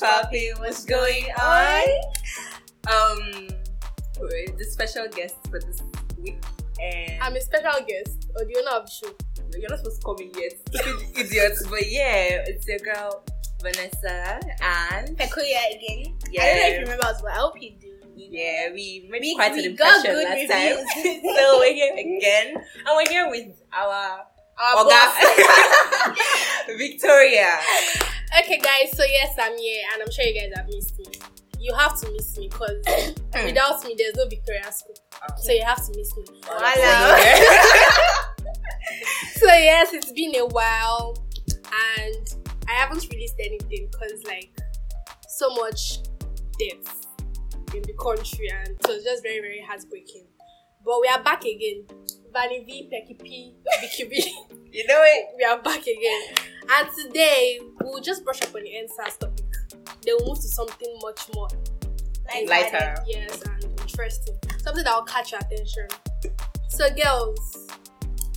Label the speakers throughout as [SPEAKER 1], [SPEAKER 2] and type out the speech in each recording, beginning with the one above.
[SPEAKER 1] Papi, what's going on? Um, we're the special guest for this week, and
[SPEAKER 2] I'm a special guest or the owner of the show.
[SPEAKER 1] you're not supposed to call me yet, stupid idiots. But yeah, it's your girl Vanessa, and
[SPEAKER 2] Peculiar again. I don't know if you
[SPEAKER 1] yeah,
[SPEAKER 2] remember us, but I hope you do.
[SPEAKER 1] yeah, we made
[SPEAKER 2] We-
[SPEAKER 1] quite
[SPEAKER 2] we
[SPEAKER 1] an
[SPEAKER 2] got
[SPEAKER 1] impression
[SPEAKER 2] good
[SPEAKER 1] last time.
[SPEAKER 2] reviews.
[SPEAKER 1] so we're here again, and we're here with our
[SPEAKER 2] Our boss.
[SPEAKER 1] Oga Victoria.
[SPEAKER 2] Okay, guys, so yes, I'm here and I'm sure you guys have missed me. You have to miss me because without me, there's no Victoria School.
[SPEAKER 1] Oh.
[SPEAKER 2] So you have to miss me.
[SPEAKER 1] Voila.
[SPEAKER 2] So, yes, it's been a while and I haven't released anything because, like, so much death in the country and so it's just very, very heartbreaking. But we are back again. Vanny V, Pecky P, Vicky B.
[SPEAKER 1] you know it.
[SPEAKER 2] we are back again. And today we'll just brush up on the NSAS topic. Then we'll move to something much more
[SPEAKER 1] Lighter.
[SPEAKER 2] lighthearted, Yes, and interesting. Something that will catch your attention. So girls,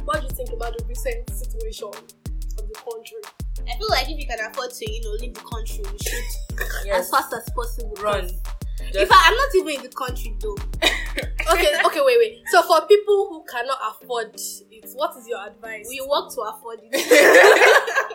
[SPEAKER 2] what do you think about the recent situation of the country?
[SPEAKER 3] I feel like if you can afford to, you know, leave the country, you should as
[SPEAKER 1] Yes.
[SPEAKER 3] fast as possible.
[SPEAKER 1] Run.
[SPEAKER 3] In
[SPEAKER 1] Just-
[SPEAKER 3] fact, I'm not even in the country though.
[SPEAKER 2] Okay, okay, wait, wait. So for people who cannot afford it, what is your advice?
[SPEAKER 3] We work to afford it.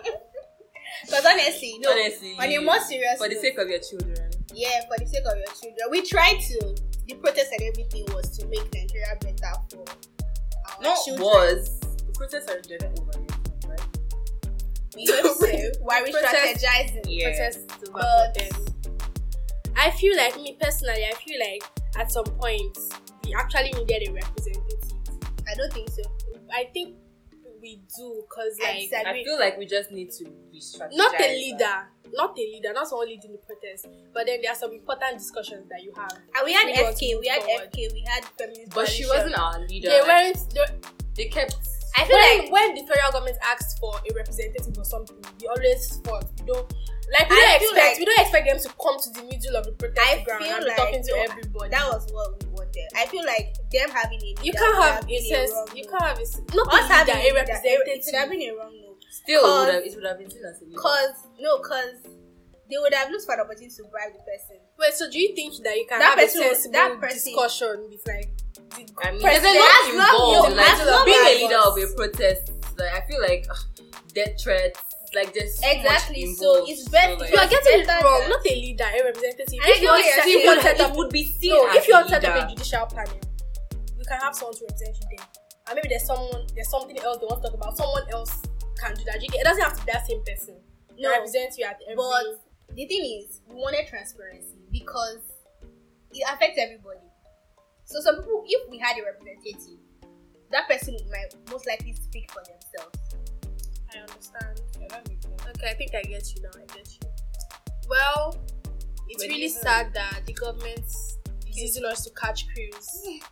[SPEAKER 3] Because honestly, no.
[SPEAKER 1] Honestly,
[SPEAKER 3] on a more serious
[SPEAKER 1] for the
[SPEAKER 3] note,
[SPEAKER 1] sake of your children.
[SPEAKER 3] yeah, for the sake of your children, we tried to. The protest and everything was to make Nigeria better for our
[SPEAKER 1] Not
[SPEAKER 3] children.
[SPEAKER 1] was. The protests are never over yet, right?
[SPEAKER 3] We hope so. Why we
[SPEAKER 2] Protest-
[SPEAKER 3] strategizing?
[SPEAKER 1] Yeah.
[SPEAKER 2] protest is over
[SPEAKER 3] But-
[SPEAKER 2] for them. I feel like me personally, I feel like at some point we actually needed a representative.
[SPEAKER 3] I don't think so.
[SPEAKER 2] I think we do because
[SPEAKER 3] I
[SPEAKER 2] like
[SPEAKER 3] disagree.
[SPEAKER 1] I feel like we just need to restructure.
[SPEAKER 2] not a leader, not a leader, not someone leading the protest, but then there are some important discussions that you have.
[SPEAKER 3] And we had
[SPEAKER 2] We want to
[SPEAKER 3] FK, we had
[SPEAKER 2] move forward.
[SPEAKER 3] FK, we had feminist.
[SPEAKER 1] But she
[SPEAKER 3] coalition.
[SPEAKER 1] wasn't our leader.
[SPEAKER 2] They
[SPEAKER 1] Like,
[SPEAKER 2] weren't. They,
[SPEAKER 1] they kept.
[SPEAKER 3] I feel
[SPEAKER 2] when,
[SPEAKER 3] like
[SPEAKER 2] when the federal government asks for a representative or something, we always fought. We don't like we don't
[SPEAKER 3] I feel
[SPEAKER 2] expect
[SPEAKER 3] like-
[SPEAKER 2] we don't expect them to come to the middle of the protest
[SPEAKER 3] I
[SPEAKER 2] ground
[SPEAKER 3] feel
[SPEAKER 2] and be
[SPEAKER 3] like
[SPEAKER 2] talking to
[SPEAKER 3] though,
[SPEAKER 2] everybody.
[SPEAKER 3] that was what we wanted. I feel like them having a leader
[SPEAKER 2] you
[SPEAKER 3] would
[SPEAKER 2] can't have
[SPEAKER 3] been
[SPEAKER 2] a sense.
[SPEAKER 3] wrong
[SPEAKER 2] You
[SPEAKER 3] move.
[SPEAKER 2] can't have a s- not
[SPEAKER 3] us
[SPEAKER 2] a leader, a
[SPEAKER 3] having leader, It would have
[SPEAKER 2] representative.
[SPEAKER 3] been a wrong move.
[SPEAKER 1] Still, it would
[SPEAKER 3] Cause-
[SPEAKER 1] have, it would have been seen as a leader.
[SPEAKER 3] Cause no, cause they would have looked for an opportunity to bribe the person.
[SPEAKER 2] Wait, so do you think that you can
[SPEAKER 3] That
[SPEAKER 2] have
[SPEAKER 3] person-
[SPEAKER 2] a sensible
[SPEAKER 3] that person-
[SPEAKER 2] discussion with like the
[SPEAKER 1] I mean, there's
[SPEAKER 2] president?
[SPEAKER 1] a
[SPEAKER 3] As
[SPEAKER 1] lot
[SPEAKER 3] long-
[SPEAKER 1] involved.
[SPEAKER 2] no,
[SPEAKER 1] like,
[SPEAKER 2] as long
[SPEAKER 1] being
[SPEAKER 2] as-
[SPEAKER 1] a leader of a protest, like, I feel like ugh, death threats, like, there's so much
[SPEAKER 3] Exactly, so
[SPEAKER 1] involved.
[SPEAKER 3] it's best
[SPEAKER 1] like,
[SPEAKER 2] You are getting it
[SPEAKER 3] Better
[SPEAKER 2] wrong.
[SPEAKER 3] than-
[SPEAKER 2] Not a leader, a representative. If
[SPEAKER 3] I get
[SPEAKER 2] you
[SPEAKER 3] what
[SPEAKER 2] are
[SPEAKER 3] you're
[SPEAKER 2] set-
[SPEAKER 3] saying.
[SPEAKER 2] if you are
[SPEAKER 3] It
[SPEAKER 2] set
[SPEAKER 1] it
[SPEAKER 2] up,
[SPEAKER 1] would be seen
[SPEAKER 2] no,
[SPEAKER 1] as
[SPEAKER 2] if you are
[SPEAKER 1] a
[SPEAKER 2] set up
[SPEAKER 1] leader.
[SPEAKER 2] a judicial panel, you can have someone to represent you there, and maybe there's someone, there's something else they want to talk about. Someone else can do that. You get- It doesn't have to be that same person. No,
[SPEAKER 3] No,
[SPEAKER 2] represent you at every.
[SPEAKER 3] but the thing is, we wanted transparency because it affects everybody. So some people, if we had a representative, that person might most likely speak for themselves.
[SPEAKER 2] I understand. Okay, I think I get you now. I get you. Well, it's
[SPEAKER 1] But
[SPEAKER 2] really
[SPEAKER 1] even-
[SPEAKER 2] sad that the government is using us to catch crews.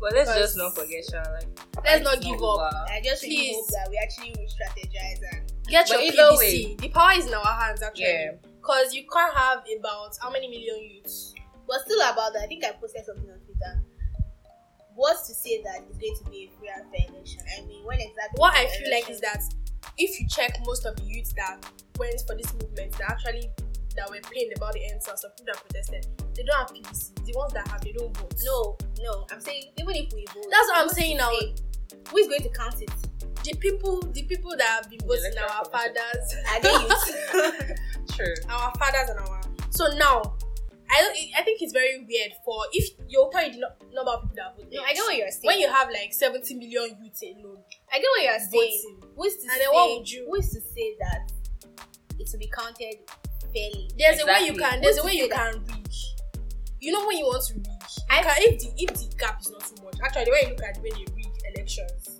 [SPEAKER 1] But let's
[SPEAKER 2] Cause-
[SPEAKER 1] just not forget, Sha. Like,
[SPEAKER 2] Let's
[SPEAKER 1] it's
[SPEAKER 2] not give up.
[SPEAKER 1] over.
[SPEAKER 3] I just really
[SPEAKER 2] Please.
[SPEAKER 3] hope that we actually will strategize and
[SPEAKER 2] Get
[SPEAKER 1] But
[SPEAKER 2] your
[SPEAKER 1] either
[SPEAKER 2] PVC.
[SPEAKER 1] way-
[SPEAKER 2] The power is in our hands, actually.
[SPEAKER 1] Yeah.
[SPEAKER 2] Because you can't have about how many million youths?
[SPEAKER 3] But still about that, I think I posted something on Twitter. What's to say that it's going to be a free and fair election? I mean, when exactly?
[SPEAKER 2] What I
[SPEAKER 3] is the
[SPEAKER 2] feel like
[SPEAKER 3] election?
[SPEAKER 2] is that if you check most of the youths that went for this movement, that actually that were pained about the answers of people that protested, they don't have PVC. The ones that have, they don't vote.
[SPEAKER 3] no, no. I'm saying even if we vote,
[SPEAKER 2] That's what I'm
[SPEAKER 3] what's
[SPEAKER 2] saying
[SPEAKER 3] to
[SPEAKER 2] now.
[SPEAKER 3] say? Who is going to count it?
[SPEAKER 2] The people, the people that have been voting,
[SPEAKER 1] electoral
[SPEAKER 2] our
[SPEAKER 1] commission.
[SPEAKER 2] fathers,
[SPEAKER 3] Are they youth?
[SPEAKER 1] True.
[SPEAKER 2] our fathers and our. So now, I don't. I think it's very weird for if you'll tell you the nu- number of people that voted.
[SPEAKER 3] no, I get what you're saying.
[SPEAKER 2] When you have like 70 million youths alone
[SPEAKER 3] I get what you're saying.
[SPEAKER 2] voting,
[SPEAKER 3] Who is to
[SPEAKER 2] And
[SPEAKER 3] say?
[SPEAKER 2] then what would you-
[SPEAKER 3] Who is to say that it will be counted fairly?
[SPEAKER 2] there's a way you
[SPEAKER 1] Exactly.
[SPEAKER 2] can there's a
[SPEAKER 3] What
[SPEAKER 2] way
[SPEAKER 3] to
[SPEAKER 2] you
[SPEAKER 3] say that-
[SPEAKER 2] can reach you know when you want to reach I can, if the if the gap is not too much actually when you look at when they rig elections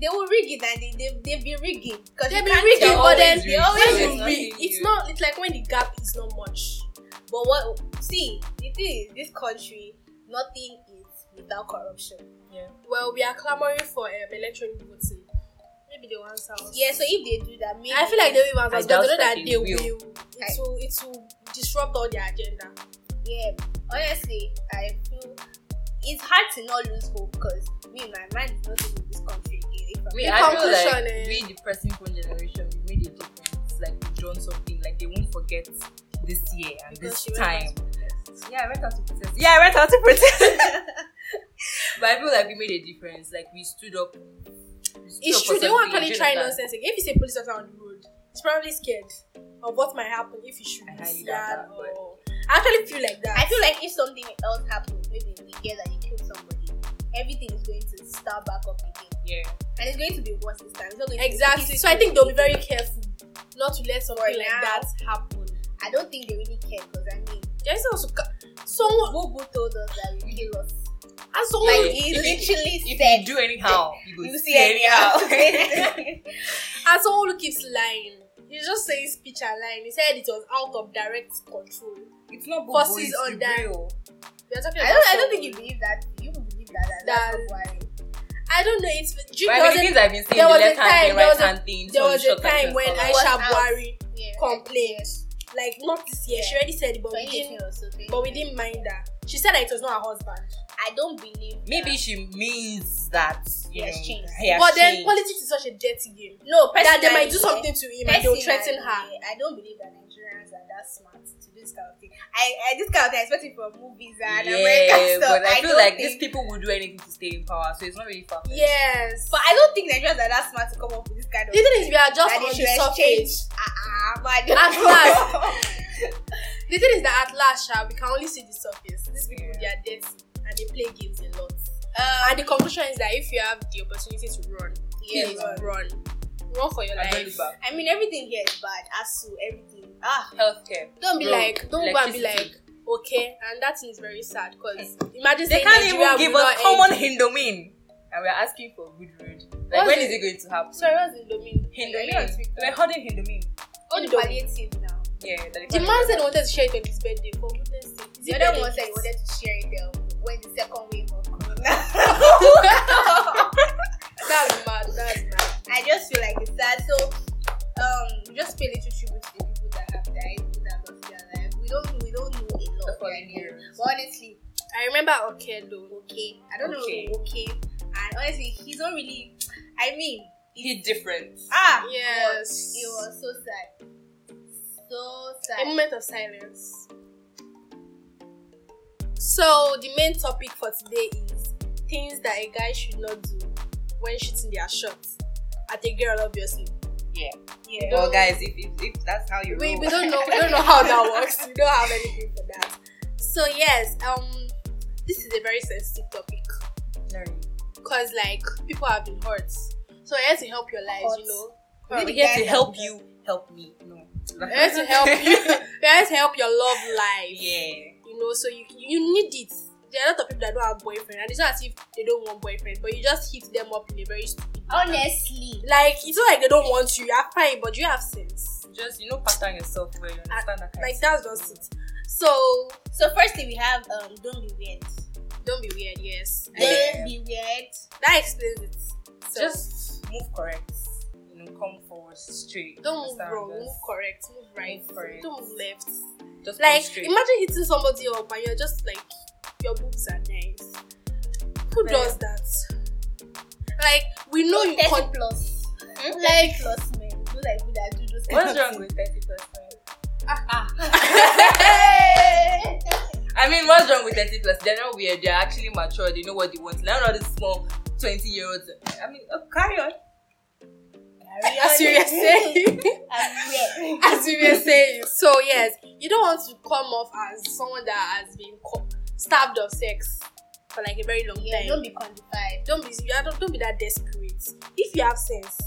[SPEAKER 3] They will rig it and they they they've been rigging because
[SPEAKER 2] They've
[SPEAKER 3] you
[SPEAKER 2] been
[SPEAKER 3] can't
[SPEAKER 2] rigging,
[SPEAKER 3] tell.
[SPEAKER 2] but then-
[SPEAKER 3] they always
[SPEAKER 1] rigging.
[SPEAKER 2] when
[SPEAKER 1] there's
[SPEAKER 3] rig.
[SPEAKER 2] you rig
[SPEAKER 1] nothing
[SPEAKER 2] it's
[SPEAKER 1] new.
[SPEAKER 2] not it's like when the gap is not much
[SPEAKER 3] But what see the thing is this country nothing is without corruption.
[SPEAKER 1] Yeah.
[SPEAKER 2] well we are clamoring for um, electronic voting maybe they will answer us
[SPEAKER 3] Yeah, so if they do that, maybe
[SPEAKER 2] I feel like they will answer
[SPEAKER 1] I
[SPEAKER 2] us but
[SPEAKER 1] doubt
[SPEAKER 2] they know that
[SPEAKER 1] that
[SPEAKER 2] they
[SPEAKER 1] they will.
[SPEAKER 2] will, It will it will disrupt all their agenda
[SPEAKER 3] yeah. Honestly, I feel it's hard to not lose hope because me, my mind is not in this country again. If I'm-
[SPEAKER 1] We,
[SPEAKER 2] The
[SPEAKER 1] I feel
[SPEAKER 2] conclusion
[SPEAKER 1] like
[SPEAKER 2] is-
[SPEAKER 1] we, the pressing phone generation, we made a difference. Like we drawn something. Like they won't forget this year and
[SPEAKER 2] Because she
[SPEAKER 1] this
[SPEAKER 2] went out
[SPEAKER 1] time.
[SPEAKER 2] to protest.
[SPEAKER 1] Yeah, I went out to protest. Yeah, I went out to protest. but I feel like we made a difference. Like we stood up. we stood
[SPEAKER 2] It's
[SPEAKER 1] up
[SPEAKER 2] true.
[SPEAKER 1] for
[SPEAKER 2] They won't
[SPEAKER 1] something,
[SPEAKER 2] actually
[SPEAKER 1] do you
[SPEAKER 2] try
[SPEAKER 1] understand?
[SPEAKER 2] nonsense. again. If it's a police officer on the road, he's probably scared of what might happen if he should
[SPEAKER 1] I
[SPEAKER 2] be
[SPEAKER 1] highly
[SPEAKER 2] seen
[SPEAKER 1] doubt that, but-
[SPEAKER 2] or. I actually feel like that.
[SPEAKER 3] I feel like if something else happens, maybe we hear that you killed somebody, everything is going to start back up again.
[SPEAKER 1] Yeah.
[SPEAKER 3] And it's going to be worse this time. It's not going to be
[SPEAKER 2] exactly. So I think they'll be very careful not to let something
[SPEAKER 3] For
[SPEAKER 2] like
[SPEAKER 3] now.
[SPEAKER 2] that happen.
[SPEAKER 3] I don't think they really care because I mean,
[SPEAKER 2] There's also ca- someone
[SPEAKER 3] Bobo told us that you kill us.
[SPEAKER 2] and someone
[SPEAKER 3] Like,
[SPEAKER 1] If
[SPEAKER 3] he
[SPEAKER 1] you-
[SPEAKER 3] literally
[SPEAKER 1] If
[SPEAKER 3] said,
[SPEAKER 1] you do anyhow, you go
[SPEAKER 3] you see anyhow. That's
[SPEAKER 2] and someone who keeps lying. He's just saying speech and lying. He said it was out of direct control.
[SPEAKER 1] it's not bobo,
[SPEAKER 2] Forces
[SPEAKER 1] it's
[SPEAKER 2] on that.
[SPEAKER 1] real.
[SPEAKER 2] We are talking
[SPEAKER 3] I
[SPEAKER 2] about
[SPEAKER 3] don't, I don't
[SPEAKER 2] someone-
[SPEAKER 3] think you believe that. You believe that. that
[SPEAKER 2] That-
[SPEAKER 3] that's not why.
[SPEAKER 2] I don't know. It's do you-
[SPEAKER 1] But I
[SPEAKER 2] there
[SPEAKER 1] mean,
[SPEAKER 2] was
[SPEAKER 1] the
[SPEAKER 2] a-
[SPEAKER 1] things I've been seeing,
[SPEAKER 2] there
[SPEAKER 1] the
[SPEAKER 2] was a
[SPEAKER 1] left hand
[SPEAKER 2] time-
[SPEAKER 1] thing,
[SPEAKER 2] there
[SPEAKER 1] right
[SPEAKER 2] was a-
[SPEAKER 1] hand thing.
[SPEAKER 2] there
[SPEAKER 1] some
[SPEAKER 2] was a
[SPEAKER 1] shortcuts
[SPEAKER 2] time
[SPEAKER 1] and
[SPEAKER 2] when
[SPEAKER 1] stuff like
[SPEAKER 2] Aisha
[SPEAKER 3] out.
[SPEAKER 2] Buhari
[SPEAKER 3] Yeah.
[SPEAKER 2] complained, like not this year. She already said it, but we didn't.
[SPEAKER 3] 2018 or so,
[SPEAKER 2] But we didn't mind that. She said that it was not her husband.
[SPEAKER 3] I don't believe.
[SPEAKER 1] Maybe
[SPEAKER 3] that.
[SPEAKER 1] she means that
[SPEAKER 3] He
[SPEAKER 1] you
[SPEAKER 3] has
[SPEAKER 1] know,
[SPEAKER 3] changed.
[SPEAKER 1] he has
[SPEAKER 2] but then
[SPEAKER 1] changed.
[SPEAKER 2] politics is such a dirty game
[SPEAKER 3] no.
[SPEAKER 2] that they might do
[SPEAKER 3] personally,
[SPEAKER 2] something to him and they'll threaten
[SPEAKER 3] Personally,
[SPEAKER 2] her.
[SPEAKER 3] I don't believe that Nigerians are that smart to do this kind of thing. I, I this kind of thing I expect it from movies and
[SPEAKER 1] yeah,
[SPEAKER 3] American stuff.
[SPEAKER 1] but I feel
[SPEAKER 3] don't
[SPEAKER 1] like
[SPEAKER 3] think,
[SPEAKER 1] these people will do anything to stay in power, so it's not really fun.
[SPEAKER 2] Yes.
[SPEAKER 3] But I don't think Nigerians are that smart to come up with this kind of.
[SPEAKER 2] the thing is, we are just
[SPEAKER 3] that
[SPEAKER 2] on the
[SPEAKER 3] they should
[SPEAKER 2] surface.
[SPEAKER 3] exchange. Ah, ah, man.
[SPEAKER 2] At last. The thing is that at last, sha, we can only see the surface. These people,
[SPEAKER 1] Yeah.
[SPEAKER 2] they are dirty and they play games a lot. Uh, and the conclusion is that if you have the opportunity to run,
[SPEAKER 3] Yeah,
[SPEAKER 2] please
[SPEAKER 3] run.
[SPEAKER 2] run. Run for your
[SPEAKER 1] I don't
[SPEAKER 2] life.
[SPEAKER 1] look back.
[SPEAKER 3] I mean, everything here is bad. Asu, everything. Ah,
[SPEAKER 1] Healthcare.
[SPEAKER 2] Don't be
[SPEAKER 1] Road,
[SPEAKER 2] like, don't go and be like,
[SPEAKER 1] electricity.
[SPEAKER 2] okay. And that thing is very sad because imagine
[SPEAKER 1] They
[SPEAKER 2] saying
[SPEAKER 1] can't
[SPEAKER 2] Nigeria
[SPEAKER 1] even give
[SPEAKER 2] will
[SPEAKER 1] us
[SPEAKER 2] not
[SPEAKER 1] common
[SPEAKER 2] end.
[SPEAKER 1] hindomine. And we're asking for good road. Like,
[SPEAKER 2] What's
[SPEAKER 1] when
[SPEAKER 2] it?
[SPEAKER 1] is it going to happen?
[SPEAKER 2] Sorry, what's the domain?
[SPEAKER 1] Hindomine. We're holding hindomine.
[SPEAKER 3] all the
[SPEAKER 2] Don't.
[SPEAKER 3] palliative now.
[SPEAKER 1] Yeah, that
[SPEAKER 2] The man said he wanted to share it on his birthday. For goodness sake. Is
[SPEAKER 3] The
[SPEAKER 2] it
[SPEAKER 3] other
[SPEAKER 2] birthday
[SPEAKER 3] one said he
[SPEAKER 2] gifts?
[SPEAKER 3] wanted to share it um, when the second wave of corona.
[SPEAKER 2] That's mad. That's mad.
[SPEAKER 3] I just feel like it's sad. So, um, we just pay little tribute to the people that have died, people that lost their life. We don't, we don't know a lot. right now. But honestly,
[SPEAKER 2] I remember Okedo.
[SPEAKER 3] okay, I don't
[SPEAKER 1] Okay.
[SPEAKER 3] know, okay, and honestly, he's not really. I mean,
[SPEAKER 1] He's different.
[SPEAKER 3] ah,
[SPEAKER 2] Yes.
[SPEAKER 3] it was so sad, so
[SPEAKER 2] A
[SPEAKER 3] sad.
[SPEAKER 2] moment of silence. So the main topic for today is things that a guy should not do when shooting their shot at a girl, obviously.
[SPEAKER 1] Yeah.
[SPEAKER 3] Yeah.
[SPEAKER 1] Well, guys, if, if, if that's how you
[SPEAKER 2] We,
[SPEAKER 1] roll.
[SPEAKER 2] we don't know we don't know how that works. We don't have anything for that. So yes, um, this is a very sensitive topic
[SPEAKER 1] No.
[SPEAKER 2] because like people have been hurt. So I had to help your lives, you
[SPEAKER 3] Hurt.
[SPEAKER 2] know.
[SPEAKER 1] We're
[SPEAKER 3] the
[SPEAKER 1] here
[SPEAKER 3] guys
[SPEAKER 1] to
[SPEAKER 3] that
[SPEAKER 1] help
[SPEAKER 3] do
[SPEAKER 1] you. Help me. No.
[SPEAKER 2] We had to help you. We had to help your love life.
[SPEAKER 1] yeah.
[SPEAKER 2] you know so you you need it there are a lot of people that don't have boyfriend and it's not as if they don't want boyfriend but you just hit them up in a very stupid manner.
[SPEAKER 3] Honestly,
[SPEAKER 2] like it's not like they don't want you you are fine but you have sense
[SPEAKER 1] Just, you know, pattern yourself where you understand that kind
[SPEAKER 2] like that's just it so
[SPEAKER 3] so firstly we have um, don't be weird.
[SPEAKER 2] don't be weird yes I think
[SPEAKER 1] Yeah.
[SPEAKER 3] Don't be weird.
[SPEAKER 2] that explains it so
[SPEAKER 1] Just move correct. You know, come forward straight.
[SPEAKER 2] don't move
[SPEAKER 1] Understand?
[SPEAKER 2] wrong
[SPEAKER 1] Just-
[SPEAKER 2] move correct move right
[SPEAKER 1] Move correct.
[SPEAKER 2] don't move left
[SPEAKER 1] Just come
[SPEAKER 2] like
[SPEAKER 1] straight.
[SPEAKER 2] imagine hitting somebody up and you're just like your boobs are nice who
[SPEAKER 1] Yeah.
[SPEAKER 2] does that like we know you
[SPEAKER 3] thirty
[SPEAKER 2] con-
[SPEAKER 3] plus.
[SPEAKER 2] like
[SPEAKER 3] plus men. Do like people that do those.
[SPEAKER 1] What's wrong with 30 plus men?
[SPEAKER 3] with?
[SPEAKER 1] I mean, what's wrong with 30 plus? They're not weird. They're actually mature. They know what they want. None of these small 20 year olds. I mean, oh, carry on.
[SPEAKER 2] as you were saying
[SPEAKER 3] I'm weird.
[SPEAKER 2] as we were saying. So yes, you don't want to come off as someone that has been co- starved of sex for like a very long
[SPEAKER 3] Yeah,
[SPEAKER 2] time.
[SPEAKER 3] don't be quantified.
[SPEAKER 2] don't be yeah, don't, don't be that desperate. If you have sense,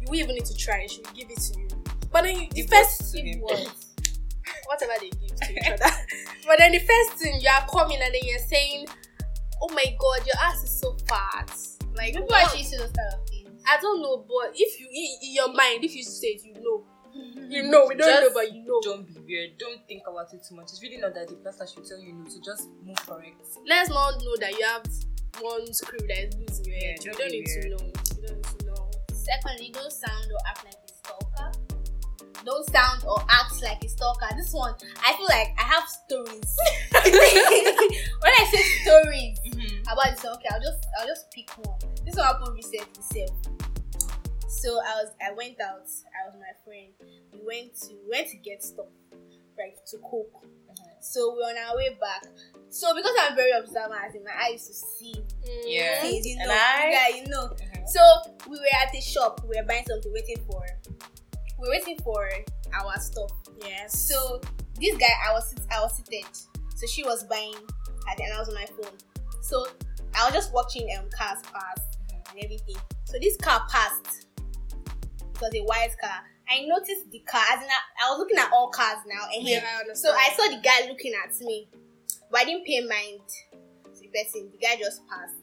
[SPEAKER 2] you won't even need to try. She will give it to you. But then you, the
[SPEAKER 1] Give
[SPEAKER 2] first
[SPEAKER 1] what to
[SPEAKER 2] thing
[SPEAKER 1] him.
[SPEAKER 2] was whatever they give to each other. but then the first thing you are coming and then you're saying, "Oh my God, your ass is so fat." Like
[SPEAKER 3] People
[SPEAKER 2] what?
[SPEAKER 3] actually see those kind of things.
[SPEAKER 2] I don't know, but if you in in your mind, if you say it, you know, you know. We don't
[SPEAKER 1] Just
[SPEAKER 2] know, but you know.
[SPEAKER 1] Don't be weird. Don't think about it too much. It's really not that the pastor should tell you no. So just move correct.
[SPEAKER 2] let's not know that you have one screw that is loose in your
[SPEAKER 1] Yeah,
[SPEAKER 2] head. You
[SPEAKER 1] don't
[SPEAKER 2] don't
[SPEAKER 1] be
[SPEAKER 2] need to know. You don't need to know.
[SPEAKER 3] Secondly, don't sound or act like a stalker. Don't sound or act like a stalker. This one, I feel like I have stories.
[SPEAKER 1] Mm-hmm,
[SPEAKER 3] when I say stories about this, okay, I'll just I'll just pick one. This one happened recently, so so I was I went out. I was with my friend. We went to we went to get stuff. like to cook. So we're on our way back. So because I'm very observant, and my eye used to see
[SPEAKER 1] Yeah.
[SPEAKER 2] Mm-hmm.
[SPEAKER 3] things, you
[SPEAKER 1] And
[SPEAKER 3] know,
[SPEAKER 1] I-
[SPEAKER 3] yeah, you know.
[SPEAKER 1] Mhm.
[SPEAKER 3] So we were at the shop. We were buying something, waiting for, we were waiting for our stuff.
[SPEAKER 2] Yes.
[SPEAKER 3] So this guy, I was sit- I was seated. So she was buying, and then I was on my phone. So I was just watching um cars pass and everything. So this car passed. It was a white car. I noticed the car. As in, I, I was looking at all cars now, and
[SPEAKER 2] yeah,
[SPEAKER 3] here
[SPEAKER 2] I understand.
[SPEAKER 3] so I saw the guy looking at me, but I didn't pay mind to the person. The guy just passed.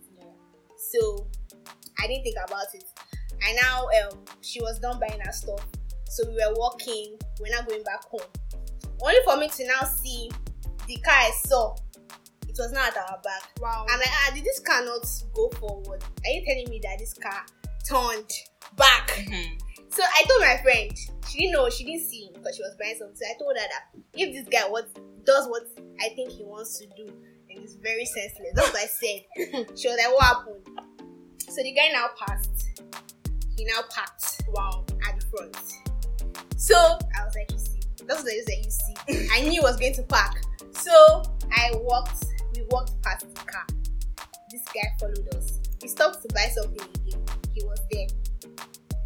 [SPEAKER 3] So I didn't think about it. And now um, she was done buying her stuff. So we were walking, we're now going back home. Only for me to now see the car I saw. It was now at our back.
[SPEAKER 2] wow.
[SPEAKER 3] I'm like, ah, did this car not go forward? Are you telling me that this car turned back?
[SPEAKER 1] Mhm.
[SPEAKER 3] So I told my friend, she didn't know, she didn't see him because she was buying something. I told her that if this guy what does what I think he wants to do and is very senseless, that's what I said. she was like, What happened? So the guy now passed. He now parked
[SPEAKER 2] wow.
[SPEAKER 3] at the front. So I was like, You see, that's what I just said, you see. I knew he was going to park. So I walked, we walked past the car. This guy followed us. We stopped to buy something again. He was there.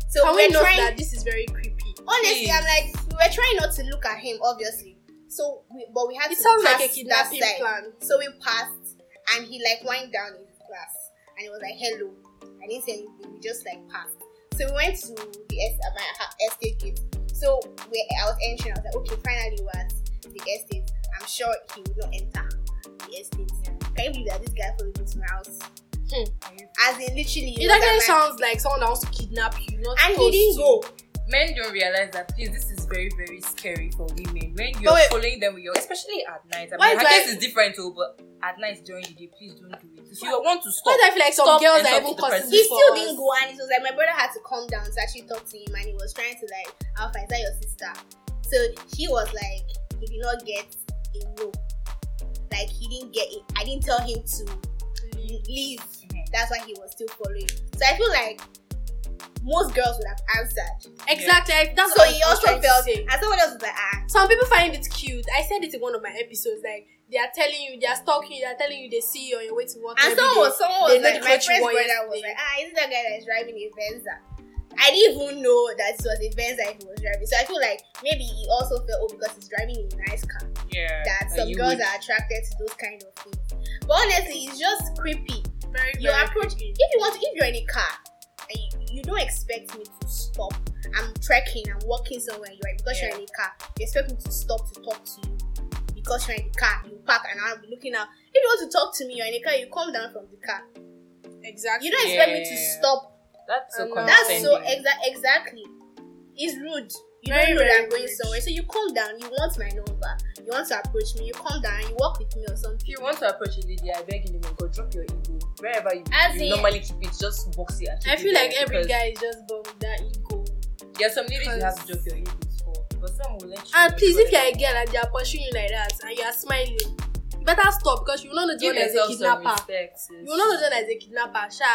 [SPEAKER 3] So
[SPEAKER 2] Can we
[SPEAKER 3] we're
[SPEAKER 2] know
[SPEAKER 3] trying-
[SPEAKER 2] that this is very creepy?
[SPEAKER 3] honestly
[SPEAKER 1] Please.
[SPEAKER 3] i'm like we were trying not to look at him obviously so we but we had
[SPEAKER 2] It
[SPEAKER 3] to
[SPEAKER 2] sounds
[SPEAKER 3] pass
[SPEAKER 2] like a kidnapping
[SPEAKER 3] that side.
[SPEAKER 2] plan.
[SPEAKER 3] so we passed and he like went down in his glass and he was like hello i didn't say anything we just like passed so we went to the est- uh, my ha- estate gate so we, i was entering i was like okay finally we're at the estate i'm sure he would not enter the estate can you believe that this guy followed me to my house as in literally
[SPEAKER 2] It
[SPEAKER 3] he was at
[SPEAKER 2] actually
[SPEAKER 3] my-
[SPEAKER 2] sounds like someone that wants to kidnap you, not
[SPEAKER 3] and he
[SPEAKER 2] supposed
[SPEAKER 3] didn't
[SPEAKER 2] to.
[SPEAKER 3] go
[SPEAKER 1] Men don't realize that please this is very very scary for women when you're
[SPEAKER 3] But wait.
[SPEAKER 1] following them with your especially at night. I
[SPEAKER 2] Why
[SPEAKER 1] mean, I
[SPEAKER 2] do
[SPEAKER 1] guess
[SPEAKER 2] I-
[SPEAKER 1] it's different too, but at night during the day, please don't do it. If you want to stop,
[SPEAKER 2] Why do I feel like some
[SPEAKER 1] Stop
[SPEAKER 2] girls
[SPEAKER 1] and
[SPEAKER 2] are
[SPEAKER 1] talk
[SPEAKER 2] even
[SPEAKER 1] to the
[SPEAKER 2] causing
[SPEAKER 1] person.
[SPEAKER 3] he
[SPEAKER 2] this
[SPEAKER 3] still
[SPEAKER 2] for us?
[SPEAKER 3] didn't go and it was like my brother had to calm down to actually talk to him and he was trying to like alpha is that your sister so he was like he did not get a no like he didn't get it i didn't tell him to leave
[SPEAKER 1] Mhm.
[SPEAKER 3] that's why he was still following so i feel like most girls would have answered
[SPEAKER 2] Exactly. I- That's
[SPEAKER 3] so
[SPEAKER 2] what
[SPEAKER 3] he
[SPEAKER 2] I was
[SPEAKER 3] also
[SPEAKER 2] trying to
[SPEAKER 3] felt
[SPEAKER 2] say.
[SPEAKER 3] and someone else was like ah
[SPEAKER 2] Some people find it cute. I said it in one of my episodes. Like they are telling you, they are stalking you, they are telling you they see you on your way to work. every
[SPEAKER 3] And someone
[SPEAKER 2] day.
[SPEAKER 3] was someone
[SPEAKER 2] They
[SPEAKER 3] was
[SPEAKER 2] know
[SPEAKER 3] like
[SPEAKER 2] the
[SPEAKER 3] my
[SPEAKER 2] clutch
[SPEAKER 3] friend's
[SPEAKER 2] boy
[SPEAKER 3] brother was
[SPEAKER 2] yesterday.
[SPEAKER 3] like, ah, is it that guy that's driving a Venza? I didn't even know that it was a Venza he was driving. So I feel like maybe he also felt oh because he's driving a nice car
[SPEAKER 1] yeah,
[SPEAKER 3] that
[SPEAKER 1] that
[SPEAKER 3] some
[SPEAKER 1] you
[SPEAKER 3] girls
[SPEAKER 1] would-
[SPEAKER 3] are attracted to those kind of things. But honestly, it's just creepy.
[SPEAKER 2] very,
[SPEAKER 3] You
[SPEAKER 2] very
[SPEAKER 3] approach
[SPEAKER 2] creepy.
[SPEAKER 3] if you want to, if you're in a car and you, you don't expect me to stop. I'm trekking, I'm walking somewhere, you're because you're in a car. You expect me to stop to talk to you because you're in the car. You park and I'll be looking out. If you want to talk to me, you're in a car, you come down from the car.
[SPEAKER 2] Exactly.
[SPEAKER 3] You don't expect me to
[SPEAKER 1] Yeah.
[SPEAKER 3] stop.
[SPEAKER 1] That's so
[SPEAKER 2] I know.
[SPEAKER 3] That's so
[SPEAKER 1] condescending.
[SPEAKER 3] exa- exactly. It's rude. You
[SPEAKER 2] Very,
[SPEAKER 3] don't know that
[SPEAKER 2] very
[SPEAKER 3] I'm going
[SPEAKER 2] rude.
[SPEAKER 3] somewhere. So you come down, you want my number, you want to approach me, you come down, you walk with me or
[SPEAKER 1] If
[SPEAKER 3] something.
[SPEAKER 1] you want to approach a lady, I beg you, name of God, drop your ego. Wherever you,
[SPEAKER 3] As
[SPEAKER 1] you
[SPEAKER 3] in-
[SPEAKER 1] normally keep it, just box it. And keep
[SPEAKER 2] I
[SPEAKER 1] it
[SPEAKER 2] feel like
[SPEAKER 1] there
[SPEAKER 2] every
[SPEAKER 1] because
[SPEAKER 2] guy is just born with that ego.
[SPEAKER 1] There are some ladies you have to
[SPEAKER 2] because-
[SPEAKER 1] drop your egos for, but some will let you.
[SPEAKER 2] And
[SPEAKER 1] know
[SPEAKER 2] please, if
[SPEAKER 1] whatever.
[SPEAKER 2] you're a girl and they are pushing you like that and you are smiling, you better stop because you know the
[SPEAKER 1] give
[SPEAKER 2] one as a
[SPEAKER 1] yourself some
[SPEAKER 2] kidnapper.
[SPEAKER 1] respect. sis.
[SPEAKER 2] You know the one as a kidnapper. Sha,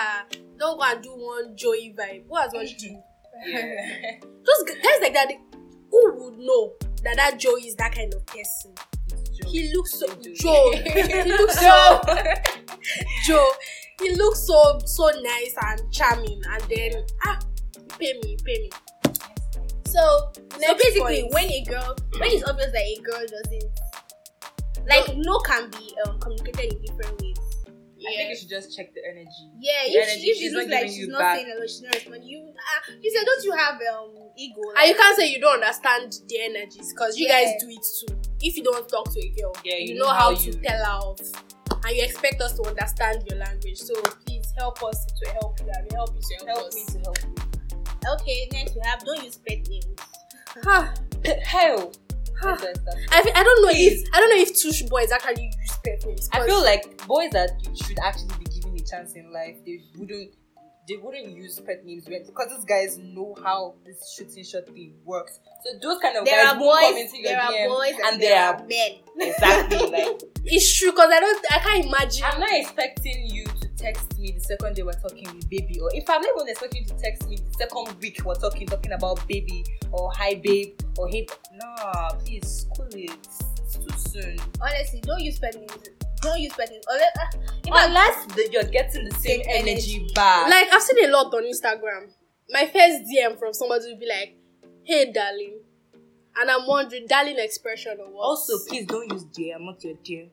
[SPEAKER 2] don't go and do one joy vibe. Who has
[SPEAKER 1] Mm.
[SPEAKER 2] watched you?
[SPEAKER 1] Yeah.
[SPEAKER 2] Those g- guys like that, they- who would know that that Joe is that kind of person?
[SPEAKER 1] It's joke.
[SPEAKER 2] He looks so
[SPEAKER 1] Joey.
[SPEAKER 2] Joe. he looks so Joe. He looks so so nice and charming, and then ah, you pay me, you pay me.
[SPEAKER 3] So, so
[SPEAKER 2] Next
[SPEAKER 3] basically,
[SPEAKER 2] point.
[SPEAKER 3] when a girl, when it's obvious that a girl doesn't like no can be um, communicated in different ways.
[SPEAKER 1] I think you
[SPEAKER 2] Yeah.
[SPEAKER 1] should just check the energy.
[SPEAKER 3] Yeah,
[SPEAKER 1] The
[SPEAKER 3] if,
[SPEAKER 1] energy,
[SPEAKER 3] she, if
[SPEAKER 1] she's
[SPEAKER 3] she
[SPEAKER 1] not
[SPEAKER 3] looks like
[SPEAKER 1] giving
[SPEAKER 3] she's
[SPEAKER 1] you
[SPEAKER 3] not
[SPEAKER 1] back.
[SPEAKER 3] saying hello, she's not responding. You, uh, you said, don't you have um ego?
[SPEAKER 2] And you can't say you don't understand the energies because you
[SPEAKER 3] Yeah.
[SPEAKER 2] guys do it too. If you don't talk to a girl,
[SPEAKER 1] Yeah,
[SPEAKER 2] you, know, how, to tell her off. And you expect us to understand your language. So please help us to help you. I will help you to help,
[SPEAKER 1] Help
[SPEAKER 2] us.
[SPEAKER 1] me to help you.
[SPEAKER 3] Okay, next we have don't use pet names.
[SPEAKER 2] Ah,
[SPEAKER 1] Hell.
[SPEAKER 2] ah.
[SPEAKER 1] That's the stuff.
[SPEAKER 2] I, fe- I don't know
[SPEAKER 1] Please.
[SPEAKER 2] if I don't know if Tush boys actually use pet names.
[SPEAKER 1] I
[SPEAKER 2] 'cause
[SPEAKER 1] feel like boys that you should actually be given a chance in life, they wouldn't. They wouldn't use pet names when, because these guys know how this shooting shot thing works. So those kind of
[SPEAKER 3] There
[SPEAKER 1] guys
[SPEAKER 3] are
[SPEAKER 1] won't come
[SPEAKER 3] boys,
[SPEAKER 1] into your
[SPEAKER 3] there are
[SPEAKER 1] DM.
[SPEAKER 3] boys, and,
[SPEAKER 1] and
[SPEAKER 3] there,
[SPEAKER 1] there
[SPEAKER 3] are
[SPEAKER 1] are-
[SPEAKER 3] men.
[SPEAKER 1] Exactly. Like
[SPEAKER 2] it's true because I don't I can't imagine.
[SPEAKER 1] I'm not expecting you to text me the second day we're talking with baby, or if I'm not even expecting you to text me the second week we're talking, talking about baby, or hi babe, or hey, nah, please cool it. It's too soon.
[SPEAKER 3] Honestly, don't use pet names. Don't use pet names. Unless, ah, in fact,
[SPEAKER 1] Unless the, you're getting the same,
[SPEAKER 3] Same
[SPEAKER 1] energy,
[SPEAKER 3] energy.
[SPEAKER 1] back.
[SPEAKER 2] Like I've seen a lot on Instagram. My first DM from somebody will be like, "Hey, darling," and I'm wondering, "Darling expression or what?"
[SPEAKER 1] also, please don't use dear. I'm not your dear.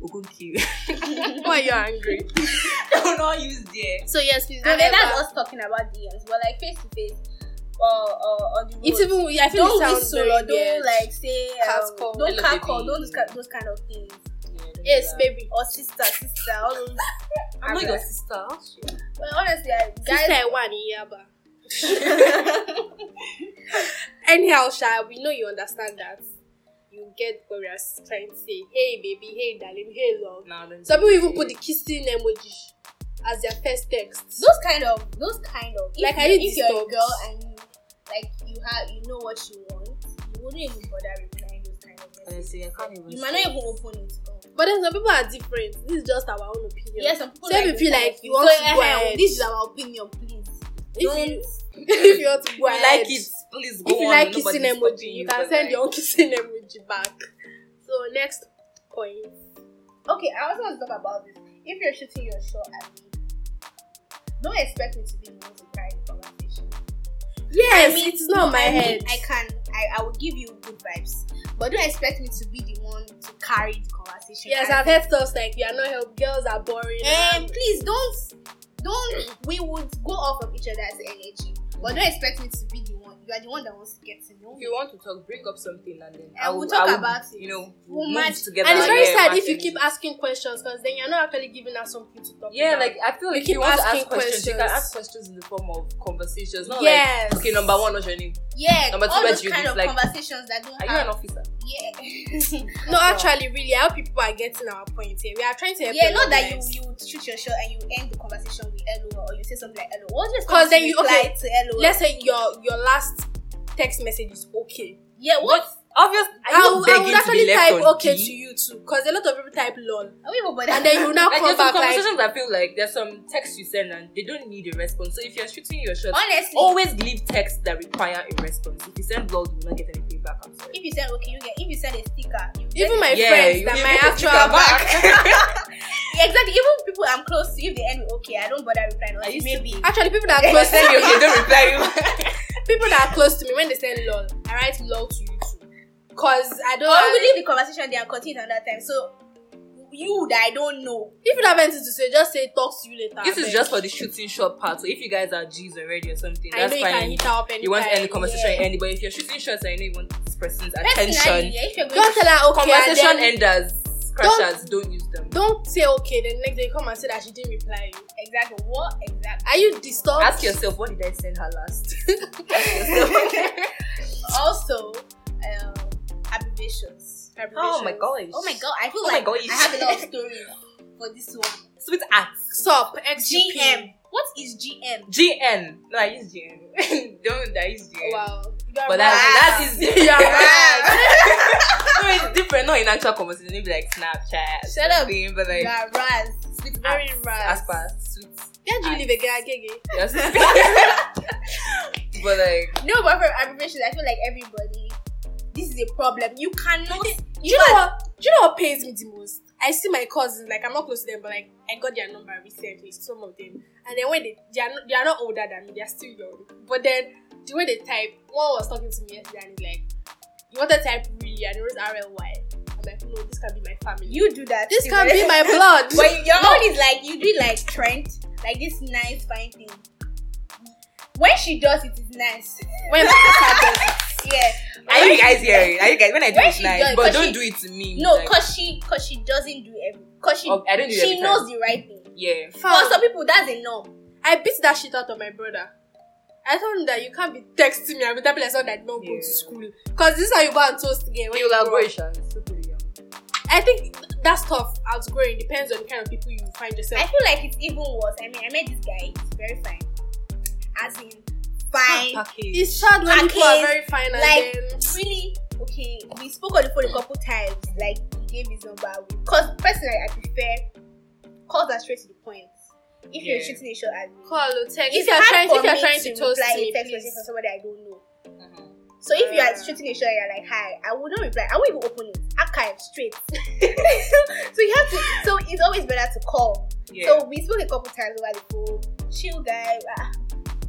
[SPEAKER 1] We're going to kill you.
[SPEAKER 2] why you're angry?
[SPEAKER 1] do not use dear.
[SPEAKER 2] So yes, please.
[SPEAKER 3] and
[SPEAKER 2] Don't
[SPEAKER 3] then that's
[SPEAKER 2] ever.
[SPEAKER 3] us talking about DMs, but like face to face or or on the road.
[SPEAKER 2] It's even. I feel
[SPEAKER 3] don't
[SPEAKER 2] it sounds
[SPEAKER 3] whistle
[SPEAKER 2] very
[SPEAKER 3] or don't
[SPEAKER 2] weird.
[SPEAKER 3] like say um,
[SPEAKER 2] Catcall.
[SPEAKER 3] don't
[SPEAKER 1] Hello,
[SPEAKER 3] cackle,
[SPEAKER 1] baby.
[SPEAKER 3] don't those, ki- those kind of things.
[SPEAKER 2] Yes, baby.
[SPEAKER 3] Or sister, sister, all those.
[SPEAKER 1] I'm not
[SPEAKER 3] I'm
[SPEAKER 1] your
[SPEAKER 3] like-
[SPEAKER 1] sister.
[SPEAKER 3] Well, honestly, I,
[SPEAKER 2] Guys,
[SPEAKER 3] guys,
[SPEAKER 2] like one yaba. Anyhow, Sha, we know you understand that. You get what we are trying to say. Hey, baby. Hey, darling. Hey, love.
[SPEAKER 1] Nah, don't
[SPEAKER 2] Some
[SPEAKER 1] do
[SPEAKER 2] people even
[SPEAKER 1] it.
[SPEAKER 2] put the kissing emoji as their first text.
[SPEAKER 3] those kind of those kind of.
[SPEAKER 2] Like,
[SPEAKER 3] if,
[SPEAKER 2] I didn't
[SPEAKER 3] if you're a
[SPEAKER 2] disturb.
[SPEAKER 3] girl and you, like you have you know what you want, you wouldn't even bother replying those kind of messages.
[SPEAKER 1] Honestly, I can't even
[SPEAKER 3] You might not even open it. Oh.
[SPEAKER 2] But then some people are different. This is just our own opinion.
[SPEAKER 3] Yeah, some people
[SPEAKER 2] So if
[SPEAKER 3] like
[SPEAKER 2] you feel like
[SPEAKER 3] this kind of
[SPEAKER 2] you
[SPEAKER 3] thing.
[SPEAKER 2] want
[SPEAKER 3] So,
[SPEAKER 2] to
[SPEAKER 3] eh,
[SPEAKER 2] go
[SPEAKER 3] eh,
[SPEAKER 2] ahead,
[SPEAKER 3] This is our opinion, please.
[SPEAKER 2] if you, if you want to go
[SPEAKER 1] If you like
[SPEAKER 2] ahead,
[SPEAKER 1] it, please go
[SPEAKER 2] if you
[SPEAKER 1] on.
[SPEAKER 2] like
[SPEAKER 1] Nobody's
[SPEAKER 2] kissing
[SPEAKER 1] stopping
[SPEAKER 2] emoji, you can
[SPEAKER 1] but
[SPEAKER 2] send
[SPEAKER 1] like-
[SPEAKER 2] your own kissing emoji back. So next point,
[SPEAKER 3] Okay, I also want to talk about this. If you're shooting your shot at me, don't expect me to be the one to carry the conversation.
[SPEAKER 2] yes,
[SPEAKER 3] I mean,
[SPEAKER 2] it's not
[SPEAKER 3] no,
[SPEAKER 2] my
[SPEAKER 3] I mean,
[SPEAKER 2] head.
[SPEAKER 3] I can, I, I will give you good vibes, but don't expect me to be the one to carry the conversation.
[SPEAKER 2] yes,
[SPEAKER 3] And-
[SPEAKER 2] I've heard stuff like you are not help. Girls are boring.
[SPEAKER 3] Um,
[SPEAKER 1] Eh,
[SPEAKER 2] and-
[SPEAKER 3] please don't, don't. We would go off of each other's energy, but don't expect me to be the one. You are the one that wants to get to know.
[SPEAKER 1] If
[SPEAKER 3] me.
[SPEAKER 1] you want to talk, bring up something and then
[SPEAKER 3] And we'll talk about it.
[SPEAKER 1] You know,
[SPEAKER 3] We'll
[SPEAKER 1] we'll move
[SPEAKER 3] match-
[SPEAKER 1] together.
[SPEAKER 2] and it's very
[SPEAKER 1] yeah,
[SPEAKER 2] sad if you
[SPEAKER 1] match
[SPEAKER 2] keep
[SPEAKER 1] energy.
[SPEAKER 2] asking questions because then you're not actually giving us something to talk
[SPEAKER 1] Yeah,
[SPEAKER 2] about.
[SPEAKER 1] like I feel like if
[SPEAKER 2] keep
[SPEAKER 1] you want to ask
[SPEAKER 2] asking
[SPEAKER 1] questions, you can
[SPEAKER 2] questions.
[SPEAKER 1] ask questions in the form of conversations. Not
[SPEAKER 2] yes.
[SPEAKER 1] like okay, number one, what's your name?
[SPEAKER 3] Yeah,
[SPEAKER 1] Number two,
[SPEAKER 3] all
[SPEAKER 1] but
[SPEAKER 3] those
[SPEAKER 1] you
[SPEAKER 3] kind
[SPEAKER 1] did,
[SPEAKER 3] of
[SPEAKER 1] like-
[SPEAKER 3] conversations that don't
[SPEAKER 1] Are you an
[SPEAKER 2] Ah.
[SPEAKER 3] have.
[SPEAKER 1] officer?
[SPEAKER 3] Yeah.
[SPEAKER 2] No, actually, really, I hope people are getting our point here. We are trying to help
[SPEAKER 3] Yeah,
[SPEAKER 2] them
[SPEAKER 3] not that you
[SPEAKER 2] realize.
[SPEAKER 3] you shoot your shot and you end the conversation with hello or you say something like hello. What just
[SPEAKER 2] 'Cause then you-
[SPEAKER 3] reply
[SPEAKER 2] okay,
[SPEAKER 3] to hello?
[SPEAKER 2] let's say your your last text message is okay.
[SPEAKER 3] yeah, what?
[SPEAKER 1] Obviously,
[SPEAKER 2] I, would- I would actually type okay to you too, because a lot of people type lol,
[SPEAKER 3] Are we even bothered?
[SPEAKER 2] and then you now
[SPEAKER 1] Like
[SPEAKER 2] come
[SPEAKER 1] there's some
[SPEAKER 2] back like
[SPEAKER 1] conversations I feel like there's some texts you send and they don't need a response. So if you're shooting your shot,
[SPEAKER 3] honestly,
[SPEAKER 2] Oh,
[SPEAKER 1] always leave texts that require a response. If you send blood, you will not get anything back. I'm sorry.
[SPEAKER 3] if you send okay, you get if you send a sticker, you get
[SPEAKER 2] even my
[SPEAKER 1] Yeah,
[SPEAKER 2] friends
[SPEAKER 1] you
[SPEAKER 2] that
[SPEAKER 1] will
[SPEAKER 2] my
[SPEAKER 1] get
[SPEAKER 2] actual
[SPEAKER 1] your
[SPEAKER 2] back.
[SPEAKER 3] yeah, exactly. Even people I'm close to, if they end with okay, I don't bother replying.
[SPEAKER 1] I
[SPEAKER 3] Or
[SPEAKER 1] used to
[SPEAKER 3] maybe
[SPEAKER 1] be-
[SPEAKER 2] Actually, people that are
[SPEAKER 1] If I
[SPEAKER 2] close
[SPEAKER 1] send you,
[SPEAKER 2] to
[SPEAKER 1] okay,
[SPEAKER 2] me,
[SPEAKER 1] don't reply you back.
[SPEAKER 2] people that are close to me when they send lol, I write lol to you too, cause I don't.
[SPEAKER 1] Oh,
[SPEAKER 3] or we leave the conversation there and continue another time. So you that I don't know,
[SPEAKER 2] if you don't have anything to say, just say talk to you later.
[SPEAKER 1] This is
[SPEAKER 2] abeg."
[SPEAKER 1] just for the shooting shot part. So if you guys are G's already or something,
[SPEAKER 2] I
[SPEAKER 1] that's
[SPEAKER 2] know you can
[SPEAKER 1] fine.
[SPEAKER 2] hit her up anytime.
[SPEAKER 1] you want to end the conversation
[SPEAKER 3] yeah.
[SPEAKER 1] yeah. end, but if you're shooting shots and you know you want this person's
[SPEAKER 3] personally,
[SPEAKER 1] attention,
[SPEAKER 3] yeah, if you're going
[SPEAKER 2] Don't tell her okay. and
[SPEAKER 1] conversation
[SPEAKER 2] then-
[SPEAKER 1] enders, crashers, don't, use them.
[SPEAKER 2] Don't say okay, then next day you come and say that she didn't reply you.
[SPEAKER 3] exactly what exactly.
[SPEAKER 2] Are you disturbed?
[SPEAKER 1] Ask yourself, what did I send her last?
[SPEAKER 3] also, um, abbreviations.
[SPEAKER 1] oh my gosh.
[SPEAKER 3] Oh my god, I feel
[SPEAKER 1] Oh my
[SPEAKER 3] like
[SPEAKER 1] gosh.
[SPEAKER 3] I have a lot of stories for this one.
[SPEAKER 1] Sweet ass.
[SPEAKER 2] Sup, XGP.
[SPEAKER 3] GM. What is GM?
[SPEAKER 1] GN. No, I use GN. don't, I use GN.
[SPEAKER 2] Wow. You are
[SPEAKER 1] But
[SPEAKER 2] right.
[SPEAKER 1] that, that is
[SPEAKER 2] You are right.
[SPEAKER 1] no, it's different. Not in actual conversation. It'd be like Snapchat.
[SPEAKER 3] Shut up.
[SPEAKER 1] something, But like,
[SPEAKER 3] You are Raz.
[SPEAKER 1] sweet
[SPEAKER 2] very
[SPEAKER 1] ass,
[SPEAKER 2] ras.
[SPEAKER 1] ass pass, sweet
[SPEAKER 2] Where do you live again? Agege?
[SPEAKER 1] That's but like
[SPEAKER 3] No, but for abbreviations, I feel like everybody, this is a problem. You cannot.
[SPEAKER 2] Do you know what? Do you know what pains me the most? I see my cousins, like I'm not close to them, but like I got their number recently, some of them. And then when they they are not, they are not older than me, they are still young. But then the way they type, one was talking to me yesterday and he's like, You want to type really and it was R L Y. I'm like, no, this can be my family.
[SPEAKER 3] You do that.
[SPEAKER 2] this
[SPEAKER 3] too,
[SPEAKER 2] can
[SPEAKER 3] right?
[SPEAKER 2] be my blood.
[SPEAKER 3] But your own is like, you do it like Trent, like this nice, fine thing. When she does it, it's nice.
[SPEAKER 2] when my sister does it.
[SPEAKER 3] Yeah.
[SPEAKER 1] are you guys hearing? Are you guys when I do
[SPEAKER 3] When
[SPEAKER 1] it
[SPEAKER 3] she
[SPEAKER 1] nice,
[SPEAKER 3] does-
[SPEAKER 1] but
[SPEAKER 3] but
[SPEAKER 1] don't
[SPEAKER 3] she-
[SPEAKER 1] do it to me.
[SPEAKER 3] No,
[SPEAKER 1] like,
[SPEAKER 3] because she, cause she doesn't do everything. Because she,
[SPEAKER 1] Oh, I don't do it
[SPEAKER 3] she
[SPEAKER 1] every
[SPEAKER 3] knows
[SPEAKER 1] time.
[SPEAKER 3] the right thing.
[SPEAKER 1] yeah,
[SPEAKER 3] For
[SPEAKER 2] Fam,
[SPEAKER 3] some people, that's a norm.
[SPEAKER 2] I beat that shit out of my brother. I told him that you can't be texting me. I'll be typing like someone that did not go
[SPEAKER 1] Yeah.
[SPEAKER 2] to school. Because this is how you go and toast again. when
[SPEAKER 1] you
[SPEAKER 2] grow
[SPEAKER 1] are
[SPEAKER 2] up. I think that stuff outgrowing depends on the kind of people you find yourself.
[SPEAKER 3] I feel like it's even worse. I mean, I met this guy. He's very fine. As in, fine.
[SPEAKER 1] Package.
[SPEAKER 2] it's sad when people
[SPEAKER 3] Okay,
[SPEAKER 2] are very fine and
[SPEAKER 3] like-
[SPEAKER 2] then
[SPEAKER 3] Really? Okay. We spoke on the phone a couple times. Like, he gave his number away. Cause personally, I prefer calls that straight to the point. if you're
[SPEAKER 1] Yeah.
[SPEAKER 3] shooting a shot at me.
[SPEAKER 2] Call or text. If
[SPEAKER 3] It's
[SPEAKER 2] you're
[SPEAKER 3] hard
[SPEAKER 2] trying,
[SPEAKER 3] for
[SPEAKER 2] if you're
[SPEAKER 3] me
[SPEAKER 2] trying to toast
[SPEAKER 3] reply
[SPEAKER 2] me,
[SPEAKER 3] a text message
[SPEAKER 2] please.
[SPEAKER 3] from somebody I don't know.
[SPEAKER 1] Mhm.
[SPEAKER 3] So if you are
[SPEAKER 2] Ah.
[SPEAKER 3] shooting a shot, and you're like, "Hi," I will not reply. I won't even open it. Archive straight. so you have to. So it's always better to call.
[SPEAKER 1] Yeah.
[SPEAKER 3] So we spoke a couple times over the phone. Chill guy. ah.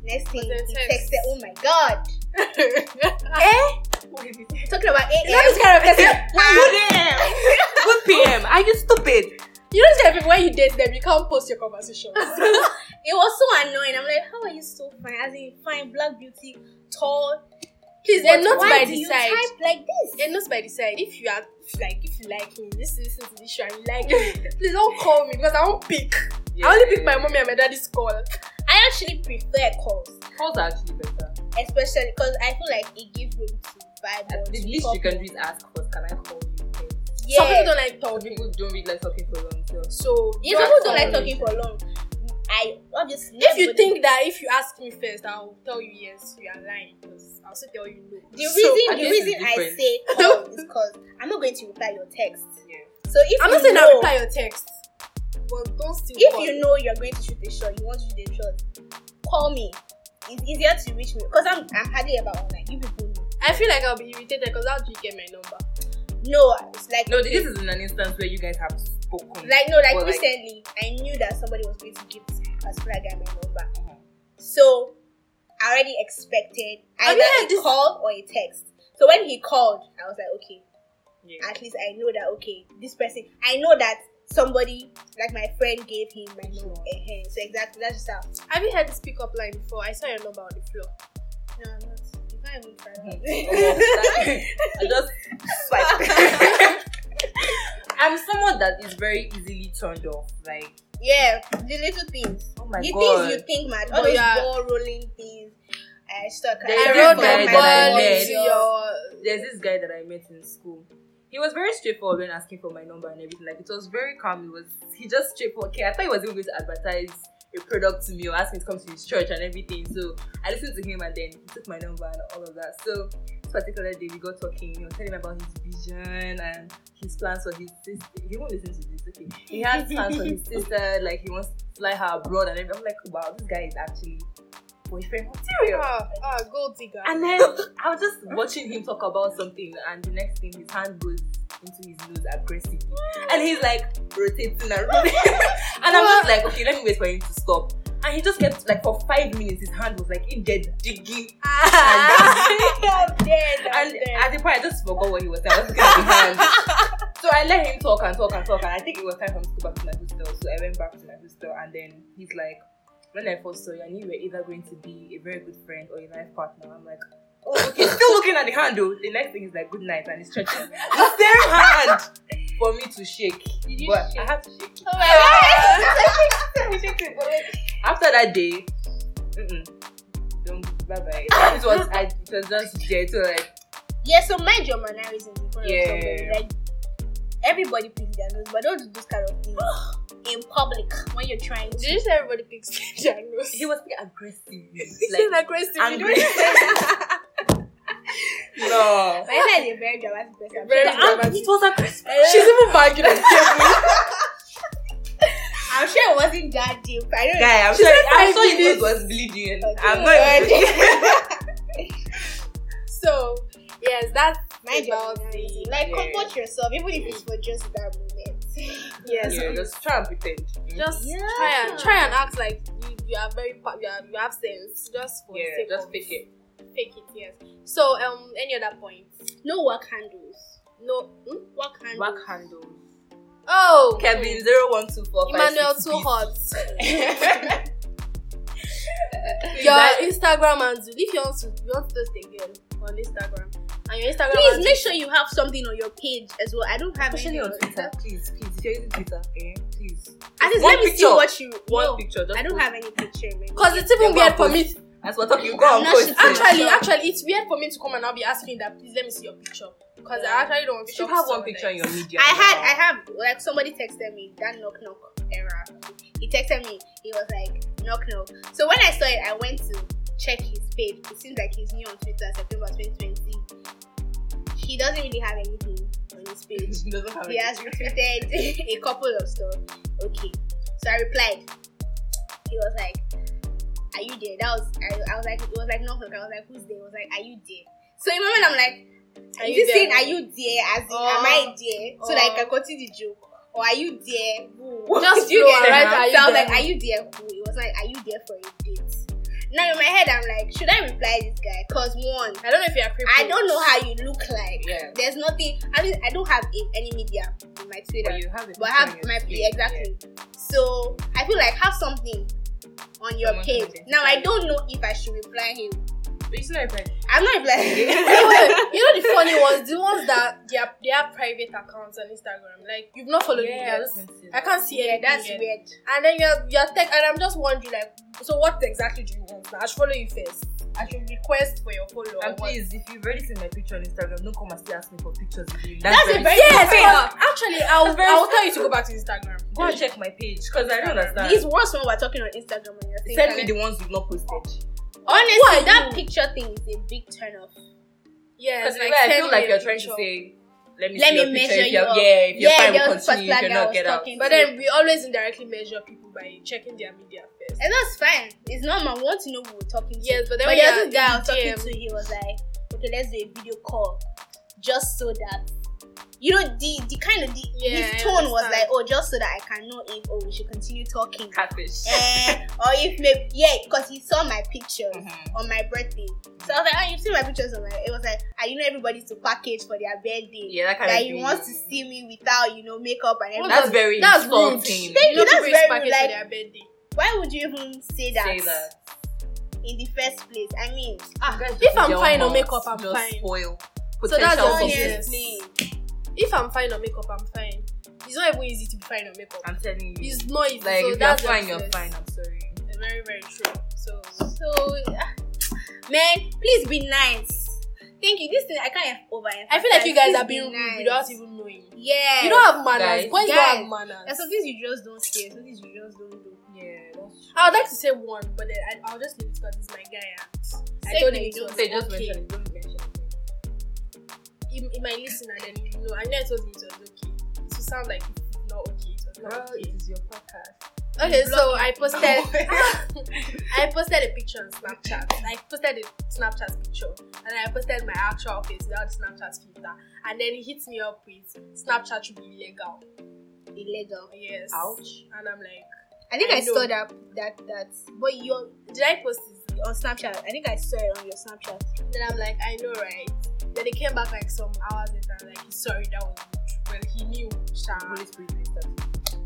[SPEAKER 3] Next thing,
[SPEAKER 2] then
[SPEAKER 3] he
[SPEAKER 2] text.
[SPEAKER 3] texted, "Oh my god!" Talking about
[SPEAKER 2] Is that
[SPEAKER 3] AA.
[SPEAKER 2] this kind of person?
[SPEAKER 1] Good PM. Good PM. Are you stupid?
[SPEAKER 2] You know, that people- when you date them, you can't post your conversations.
[SPEAKER 3] It was so annoying. I'm like, "How are you so fine? As in fine, black beauty, tall."
[SPEAKER 2] Please,
[SPEAKER 3] But
[SPEAKER 2] and not
[SPEAKER 3] why
[SPEAKER 2] by
[SPEAKER 3] do
[SPEAKER 2] the
[SPEAKER 3] you
[SPEAKER 2] side.
[SPEAKER 3] type like this?
[SPEAKER 2] And not by the side. If you are like, if you like me, this is this is the issue. And you like me. Please don't call me because I won't pick. I only pick my mommy and my daddy's call.
[SPEAKER 3] I actually prefer calls,
[SPEAKER 1] Calls are actually better.
[SPEAKER 3] especially because I feel like it gives room to vibe. or
[SPEAKER 1] At the
[SPEAKER 3] to
[SPEAKER 1] least
[SPEAKER 3] talk
[SPEAKER 1] you can do is ask first. Can I call you?
[SPEAKER 3] Yeah.
[SPEAKER 2] Some people don't like
[SPEAKER 1] Some
[SPEAKER 2] talking.
[SPEAKER 1] people don't really like talking for long. So
[SPEAKER 2] So
[SPEAKER 3] If people don't
[SPEAKER 2] call
[SPEAKER 3] like
[SPEAKER 2] me.
[SPEAKER 3] talking for long, I obviously.
[SPEAKER 2] If you
[SPEAKER 3] everybody-
[SPEAKER 2] think that if you ask me first, I'll tell you yes, you are lying. Because I'll still tell you no.
[SPEAKER 3] the
[SPEAKER 2] So,
[SPEAKER 3] reason
[SPEAKER 1] I
[SPEAKER 3] the
[SPEAKER 1] guess
[SPEAKER 3] reason
[SPEAKER 1] it's
[SPEAKER 3] I
[SPEAKER 1] different.
[SPEAKER 3] say call is because I'm not going to reply your text.
[SPEAKER 1] yeah.
[SPEAKER 3] So if
[SPEAKER 2] I'm
[SPEAKER 3] you
[SPEAKER 2] not saying
[SPEAKER 3] know,
[SPEAKER 2] I'll reply your text. But don't still
[SPEAKER 3] if
[SPEAKER 2] call.
[SPEAKER 3] you know you're going to shoot a shot, you want to shoot a shot, call me. It's easier to reach me because I'm I'm hardly about online. You people know.
[SPEAKER 2] I feel like I'll be irritated because how do you get my number?
[SPEAKER 3] No, it's like
[SPEAKER 1] No, this is in an instance where you guys have spoken.
[SPEAKER 3] like no, like
[SPEAKER 1] Or like-
[SPEAKER 3] recently I knew that somebody was going to give this particular guy my number,
[SPEAKER 1] Mhm.
[SPEAKER 3] so I already expected
[SPEAKER 2] I
[SPEAKER 3] either
[SPEAKER 2] mean,
[SPEAKER 3] a
[SPEAKER 2] this-
[SPEAKER 3] call or a text. So when he called, I was like, okay,
[SPEAKER 1] yeah.
[SPEAKER 3] at least I know that okay, this person I know that somebody like my friend gave him my number.
[SPEAKER 1] Sure.
[SPEAKER 3] Eh-heh. So exactly that's just how.
[SPEAKER 2] Have you heard this pickup line before? I saw your number on the floor.
[SPEAKER 3] No, I'm not. You can't even try
[SPEAKER 1] Mhm.
[SPEAKER 3] that.
[SPEAKER 1] I just swipe. I'm someone that is very easily turned off. Like,
[SPEAKER 3] yeah, the little things.
[SPEAKER 1] oh my
[SPEAKER 3] the
[SPEAKER 1] god.
[SPEAKER 3] things you think, man.
[SPEAKER 2] Oh,
[SPEAKER 3] All those
[SPEAKER 2] yeah.
[SPEAKER 3] ball rolling things. I stuck.
[SPEAKER 1] There is
[SPEAKER 2] I
[SPEAKER 1] this
[SPEAKER 2] rode
[SPEAKER 1] guy
[SPEAKER 2] my
[SPEAKER 1] that I
[SPEAKER 2] ball
[SPEAKER 1] met.
[SPEAKER 2] to your.
[SPEAKER 1] There's this guy that I met in school. He was very straightforward when asking for my number and everything. Like it was very calm. It was he just straightforward. Okay, I thought he was even going to advertise a product to me or ask me to come to his church and everything. So I listened to him and then he took my number and all of that. So this particular day we got talking. He was telling me about his vision and his plans for his sister. He won't listen to this. Okay, he has plans for his sister. Like he wants to fly her abroad and everything. I'm like, wow, this guy is actually boyfriend material.
[SPEAKER 2] Ah, ah, gold digger.
[SPEAKER 1] And then I was just watching him talk about something, and the next thing, his hand goes into his nose aggressively, and he's like rotating and rotating. and I'm just like, okay, let me wait for him to stop. And he just kept like for five minutes, his hand was like in there digging.
[SPEAKER 3] I'm dead. I'm
[SPEAKER 1] And
[SPEAKER 3] dead.
[SPEAKER 1] at the point, I just forgot what he was saying. I was looking at the hand. So I let him talk and talk and talk, and I think it was time for him to go back to my hostel. So I went back to my hostel, and then he's like, "When I first saw you, I knew you were either going to be a very good friend or a life partner." I'm like, "Oh, okay." Still looking at the hand, though. The next thing is like, "Good night," and he's stretching the same hand for me to shake.
[SPEAKER 3] you
[SPEAKER 1] but
[SPEAKER 3] shake?
[SPEAKER 1] I have to shake. it.
[SPEAKER 3] Oh my
[SPEAKER 1] After that day, mm-mm, don't bye bye. It was I, it was just there to like.
[SPEAKER 3] God. yeah, so mind your mannerisms in front
[SPEAKER 1] Yeah.
[SPEAKER 3] of somebody. Like everybody picks their nose, but don't do those kind of things in public when you're trying to
[SPEAKER 2] Did you say everybody picks their nose?
[SPEAKER 1] He was being aggressive.
[SPEAKER 2] This is
[SPEAKER 1] Like,
[SPEAKER 2] aggressive. you
[SPEAKER 1] angry.
[SPEAKER 2] don't-
[SPEAKER 1] no.
[SPEAKER 3] My dad is a very dramatic person.
[SPEAKER 2] Very
[SPEAKER 3] I'm sure-
[SPEAKER 2] dramatic.
[SPEAKER 1] It was aggressive.
[SPEAKER 2] She's even barking at the
[SPEAKER 3] I'm sure it wasn't that deep. I don't
[SPEAKER 1] Guy, I'm
[SPEAKER 2] She
[SPEAKER 1] sure.
[SPEAKER 2] said
[SPEAKER 1] I'm
[SPEAKER 2] five
[SPEAKER 1] sure your nose
[SPEAKER 2] minutes.
[SPEAKER 1] was bleeding.
[SPEAKER 3] Okay.
[SPEAKER 1] I'm not. even joking.
[SPEAKER 2] table. So, yes, that's
[SPEAKER 3] Mind your
[SPEAKER 2] about
[SPEAKER 3] mannerisms.
[SPEAKER 2] the.
[SPEAKER 3] Like,
[SPEAKER 1] Yeah.
[SPEAKER 3] comfort yourself, even if it's for just that moment.
[SPEAKER 2] Yes,
[SPEAKER 1] Yeah, just try and pretend.
[SPEAKER 2] just
[SPEAKER 3] Yeah.
[SPEAKER 2] try and try and act like you, you are very pa- you, are, you have sense just for
[SPEAKER 1] yeah,
[SPEAKER 2] sake
[SPEAKER 1] just
[SPEAKER 2] of-
[SPEAKER 1] fake it.
[SPEAKER 2] fake it yes so um any other points
[SPEAKER 3] No work handles.
[SPEAKER 2] no hmm?
[SPEAKER 3] Work handles.
[SPEAKER 1] Back handle.
[SPEAKER 2] oh
[SPEAKER 1] Kevin zero one two four five.
[SPEAKER 2] Emmanuel
[SPEAKER 1] six,
[SPEAKER 2] too
[SPEAKER 1] B.
[SPEAKER 2] hot your
[SPEAKER 1] That-
[SPEAKER 2] Instagram and Zoom if you want to you want to post again on Instagram and your Instagram
[SPEAKER 3] Please
[SPEAKER 2] and
[SPEAKER 3] make sure you have something on your page as well. I don't have
[SPEAKER 1] Especially
[SPEAKER 3] anything
[SPEAKER 1] on Twitter, please, please. If you're using Twitter, eh, please.
[SPEAKER 3] At least
[SPEAKER 1] One
[SPEAKER 3] let me see
[SPEAKER 1] picture.
[SPEAKER 3] what you.
[SPEAKER 1] One
[SPEAKER 3] no,
[SPEAKER 1] picture. Just
[SPEAKER 3] I don't
[SPEAKER 1] post.
[SPEAKER 3] have any picture. in my-
[SPEAKER 2] because it's even
[SPEAKER 1] Yeah, go
[SPEAKER 2] weird
[SPEAKER 1] and
[SPEAKER 2] for
[SPEAKER 1] post.
[SPEAKER 2] me to-
[SPEAKER 1] That's what talking. Go and
[SPEAKER 3] not
[SPEAKER 1] post. it.
[SPEAKER 3] shit- I'm
[SPEAKER 2] actually
[SPEAKER 3] Sure.
[SPEAKER 2] actually it's weird for me to come and now be asking you that please let me see your picture because I actually don't want
[SPEAKER 1] You
[SPEAKER 2] to
[SPEAKER 1] should
[SPEAKER 2] talk
[SPEAKER 1] have
[SPEAKER 2] to
[SPEAKER 1] one
[SPEAKER 2] someone
[SPEAKER 1] picture in
[SPEAKER 2] like-
[SPEAKER 1] your media.
[SPEAKER 3] I had, I have, like, somebody texted me that knock knock error. He texted me, he was like, knock knock. So when I saw it, I went to check his page. It seems like he's new on Twitter, September 2020. He doesn't really have anything on his page.
[SPEAKER 1] She doesn't have
[SPEAKER 3] He
[SPEAKER 1] it.
[SPEAKER 3] has retweeted a couple of stuff. Okay. So I replied, he was like, "Are you there?" That was I, I was like, it was like knock knock. I was like, "Who's there?" He was like, "Are you there?" So in my mind, I'm like,
[SPEAKER 2] Are
[SPEAKER 3] "Is
[SPEAKER 2] you
[SPEAKER 3] he saying
[SPEAKER 2] there?
[SPEAKER 3] are you there? As in,
[SPEAKER 2] Oh.
[SPEAKER 3] am I there?" So that I can
[SPEAKER 2] Oh.
[SPEAKER 3] continue the joke. Or are you there? Who?
[SPEAKER 2] Just
[SPEAKER 3] You
[SPEAKER 2] flow
[SPEAKER 3] get
[SPEAKER 2] and
[SPEAKER 1] write,
[SPEAKER 3] it?
[SPEAKER 2] "Are you
[SPEAKER 3] so I was
[SPEAKER 2] there?"
[SPEAKER 3] like, "Are you there?" Who? It was like, "Are you there for a date?" Now in my head, I'm like, "Should I reply this guy?" Cause one,
[SPEAKER 2] I don't know if you are crippled.
[SPEAKER 3] I don't know how you look like.
[SPEAKER 1] Yeah.
[SPEAKER 3] There's nothing. I don't, I don't have a- any media in my Twitter,
[SPEAKER 1] But you have it.
[SPEAKER 3] but I have my yeah, exactly. So I feel like have something on your
[SPEAKER 1] Someone
[SPEAKER 3] page.
[SPEAKER 1] to
[SPEAKER 3] Now I
[SPEAKER 1] identify
[SPEAKER 3] don't know if I should reply him.
[SPEAKER 1] But you still not replying.
[SPEAKER 3] I'm not replying.
[SPEAKER 2] Even- you know the funny ones, the ones that they have, they have private accounts on Instagram. Like you've not followed
[SPEAKER 1] Yeah, I
[SPEAKER 2] me
[SPEAKER 1] was
[SPEAKER 2] yet.
[SPEAKER 1] gonna say
[SPEAKER 2] I
[SPEAKER 1] that.
[SPEAKER 2] can't see
[SPEAKER 3] yeah,
[SPEAKER 2] anything
[SPEAKER 3] that's
[SPEAKER 2] yet.
[SPEAKER 3] weird.
[SPEAKER 2] And then you're you're tech, and I'm just wondering like, so what exactly do you want? now? I should follow you first. I should request for your follow. or
[SPEAKER 1] And
[SPEAKER 2] what?
[SPEAKER 1] please, if you've already seen my picture on Instagram, don't come and still ask me for pictures again.
[SPEAKER 3] That's a very
[SPEAKER 2] Yes,
[SPEAKER 3] good
[SPEAKER 2] because actually, I'll,
[SPEAKER 1] very-
[SPEAKER 2] I'll tell you to go back to Instagram.
[SPEAKER 1] Go and check my page because I don't understand.
[SPEAKER 3] It's worse when we're talking on Instagram and you're
[SPEAKER 1] Send me
[SPEAKER 3] saying.
[SPEAKER 1] the ones you've not posted.
[SPEAKER 2] Who are
[SPEAKER 3] Honestly, that
[SPEAKER 2] you?
[SPEAKER 3] picture thing is a big turn off.
[SPEAKER 2] Yeah,
[SPEAKER 1] Because
[SPEAKER 2] it's like
[SPEAKER 1] I feel
[SPEAKER 2] sending
[SPEAKER 1] like
[SPEAKER 2] a
[SPEAKER 1] you're trying to
[SPEAKER 2] picture.
[SPEAKER 1] say, let me
[SPEAKER 3] Let
[SPEAKER 1] see
[SPEAKER 3] me
[SPEAKER 1] your picture.
[SPEAKER 3] measure
[SPEAKER 1] if
[SPEAKER 3] you
[SPEAKER 1] you're,
[SPEAKER 3] up.
[SPEAKER 1] yeah, if you're
[SPEAKER 3] Yeah,
[SPEAKER 1] fine,
[SPEAKER 3] there
[SPEAKER 1] we'll
[SPEAKER 3] was a
[SPEAKER 1] continue. If you're
[SPEAKER 3] particular guy I
[SPEAKER 1] not, get
[SPEAKER 3] was
[SPEAKER 1] out.
[SPEAKER 3] talking
[SPEAKER 2] But then we always indirectly measure people by checking their media first.
[SPEAKER 3] And that's fine. It's normal. We want to know who we're talking to.
[SPEAKER 2] Yes, but then when
[SPEAKER 3] but there
[SPEAKER 2] you're
[SPEAKER 3] was this guy I
[SPEAKER 2] in
[SPEAKER 3] was talking
[SPEAKER 2] DM,
[SPEAKER 3] to. He was like, "Okay, let's do a video call, just so that you know the the kind of the
[SPEAKER 2] Yeah, I
[SPEAKER 3] his tone was
[SPEAKER 2] understand.
[SPEAKER 3] like, oh, just so that I can know if oh we should continue talking,
[SPEAKER 1] catfish.
[SPEAKER 3] Eh, or if maybe yeah, because he saw my pictures
[SPEAKER 1] Mhm.
[SPEAKER 3] on my birthday. So I was like, oh, you've seen my pictures on my. It was like, ah, you know, everybody's to package for their birthday.
[SPEAKER 1] Yeah, that kind
[SPEAKER 3] That
[SPEAKER 1] of
[SPEAKER 3] he
[SPEAKER 1] thing.
[SPEAKER 3] wants to see me without, you know, makeup and everything.
[SPEAKER 1] That's very
[SPEAKER 2] That's rude.
[SPEAKER 1] insulting.
[SPEAKER 3] Thank
[SPEAKER 2] you know,
[SPEAKER 3] you, that's
[SPEAKER 2] people is
[SPEAKER 3] very
[SPEAKER 2] packaged
[SPEAKER 3] like-
[SPEAKER 2] for their birthday.
[SPEAKER 3] Why would you even say that,
[SPEAKER 1] Say that.
[SPEAKER 3] in the first place? I mean,
[SPEAKER 1] Ah, guys,
[SPEAKER 2] if I'm
[SPEAKER 1] your
[SPEAKER 2] fine on
[SPEAKER 1] mouths
[SPEAKER 2] makeup, I'm
[SPEAKER 1] just
[SPEAKER 2] fine.
[SPEAKER 1] Spoil
[SPEAKER 2] So that's
[SPEAKER 1] potential
[SPEAKER 2] all it
[SPEAKER 1] success.
[SPEAKER 2] is.
[SPEAKER 3] honestly.
[SPEAKER 2] If I'm fine on makeup, I'm fine. It's not even easy to be fine on makeup.
[SPEAKER 1] I'm telling you.
[SPEAKER 2] It's not easy.
[SPEAKER 1] Like
[SPEAKER 2] so
[SPEAKER 1] if you're
[SPEAKER 2] that's
[SPEAKER 1] fine,
[SPEAKER 2] the
[SPEAKER 1] you're
[SPEAKER 2] first.
[SPEAKER 1] fine. I'm sorry.
[SPEAKER 2] Very, very true. So
[SPEAKER 3] So, ah, man, please be nice. Thank you. This thing I can't over.
[SPEAKER 2] I feel like you guys are being
[SPEAKER 3] nice.
[SPEAKER 2] rude without even knowing.
[SPEAKER 3] Yeah.
[SPEAKER 2] You don't have manners.
[SPEAKER 1] Guys.
[SPEAKER 2] Why you don't have
[SPEAKER 3] Guys. There's
[SPEAKER 2] manners?
[SPEAKER 3] some things you just don't say. Some things you just don't do.
[SPEAKER 1] Yeah, that's
[SPEAKER 2] I would like to say one, but then I, I'll just leave it because it's my guy. And I
[SPEAKER 3] Say
[SPEAKER 2] told
[SPEAKER 3] no,
[SPEAKER 2] him
[SPEAKER 3] you
[SPEAKER 2] it
[SPEAKER 3] don't
[SPEAKER 2] was
[SPEAKER 1] Say just
[SPEAKER 2] okay.
[SPEAKER 1] mention it. Don't mention it.
[SPEAKER 2] He, he might listen and then you know. I know I told him it was okay. It would sound like it's not okay. It was not
[SPEAKER 1] Girl,
[SPEAKER 2] okay.
[SPEAKER 1] it is your podcast.
[SPEAKER 2] Okay,
[SPEAKER 3] You
[SPEAKER 2] so I
[SPEAKER 1] Oh.
[SPEAKER 2] posted I posted a picture on Snapchat. I posted a Snapchat picture and then I posted my actual outfit without the Snapchat filter. And then he hits me up with Snapchat should be illegal.
[SPEAKER 3] Illegal.
[SPEAKER 2] Yes.
[SPEAKER 1] Ouch.
[SPEAKER 2] And I'm like,
[SPEAKER 3] I think I,
[SPEAKER 2] I know.
[SPEAKER 3] saw that that that. But you're
[SPEAKER 2] did I post this?
[SPEAKER 3] on Snapchat. I think I saw it on your Snapchat.
[SPEAKER 2] Then I'm like, I know, right? Then he came back like some hours later, like he's sorry that was well he knew Sha.
[SPEAKER 1] Holy Spirit, please stop.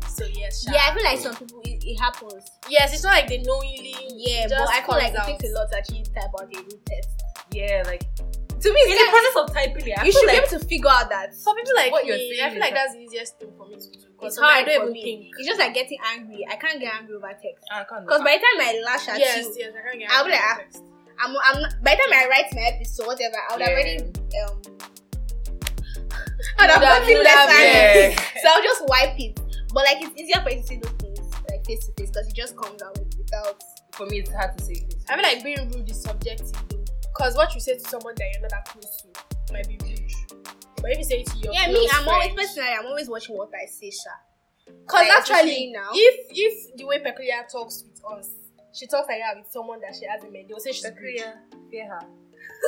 [SPEAKER 2] So yes, Sha.
[SPEAKER 3] Yeah, I feel like some people it, it happens.
[SPEAKER 2] yes, it's not like they knowingly
[SPEAKER 3] Yeah,
[SPEAKER 2] It
[SPEAKER 3] but
[SPEAKER 2] just
[SPEAKER 3] I feel like
[SPEAKER 2] comes
[SPEAKER 3] it takes a
[SPEAKER 2] out.
[SPEAKER 3] lot to actually type out a root test.
[SPEAKER 1] Yeah, like
[SPEAKER 3] To me,
[SPEAKER 1] in the process of typing it, I
[SPEAKER 3] you
[SPEAKER 1] feel
[SPEAKER 3] should
[SPEAKER 1] like
[SPEAKER 3] be able to figure out that.
[SPEAKER 2] for people like
[SPEAKER 1] What you're
[SPEAKER 2] me, I
[SPEAKER 1] saying
[SPEAKER 2] feel like
[SPEAKER 1] is-
[SPEAKER 2] that's the easiest thing for me to do. 'cause
[SPEAKER 3] It's hard eh,
[SPEAKER 2] sometimes I don't even
[SPEAKER 3] for me.
[SPEAKER 2] think.
[SPEAKER 3] It's just like getting angry. I can't get angry over text.
[SPEAKER 1] I can't.
[SPEAKER 3] Because by the time I lash at
[SPEAKER 2] Yes,
[SPEAKER 3] you,
[SPEAKER 2] yes, I can't get
[SPEAKER 3] I'll be
[SPEAKER 2] out of
[SPEAKER 3] like, ah,
[SPEAKER 2] context.
[SPEAKER 3] I'm, I'm not, by the time I write my episode, whatever, I would
[SPEAKER 1] Yeah.
[SPEAKER 3] already um
[SPEAKER 2] Would
[SPEAKER 3] I'd have
[SPEAKER 2] have-
[SPEAKER 3] gotten
[SPEAKER 2] would
[SPEAKER 3] less
[SPEAKER 2] have-
[SPEAKER 3] angry.
[SPEAKER 1] yeah.
[SPEAKER 3] So I'll just wipe it. But like it's easier for you to see those things like face to face because it just comes out with- without
[SPEAKER 1] for me, it's hard to say. this.
[SPEAKER 2] I feel like being rude is subjective though. Because what you say to someone that you're not that close to might be rude. But if you say it to your
[SPEAKER 3] Yeah, me,
[SPEAKER 2] close
[SPEAKER 3] I'm always
[SPEAKER 2] friend-
[SPEAKER 3] personally I'm always watching what I say, Sha.
[SPEAKER 2] Because
[SPEAKER 3] Like,
[SPEAKER 2] actually,
[SPEAKER 3] especially now.
[SPEAKER 2] if if the way Peculiar talks with us, she talks like that with someone that she hasn't met, they'll say she's rude.
[SPEAKER 1] fear her.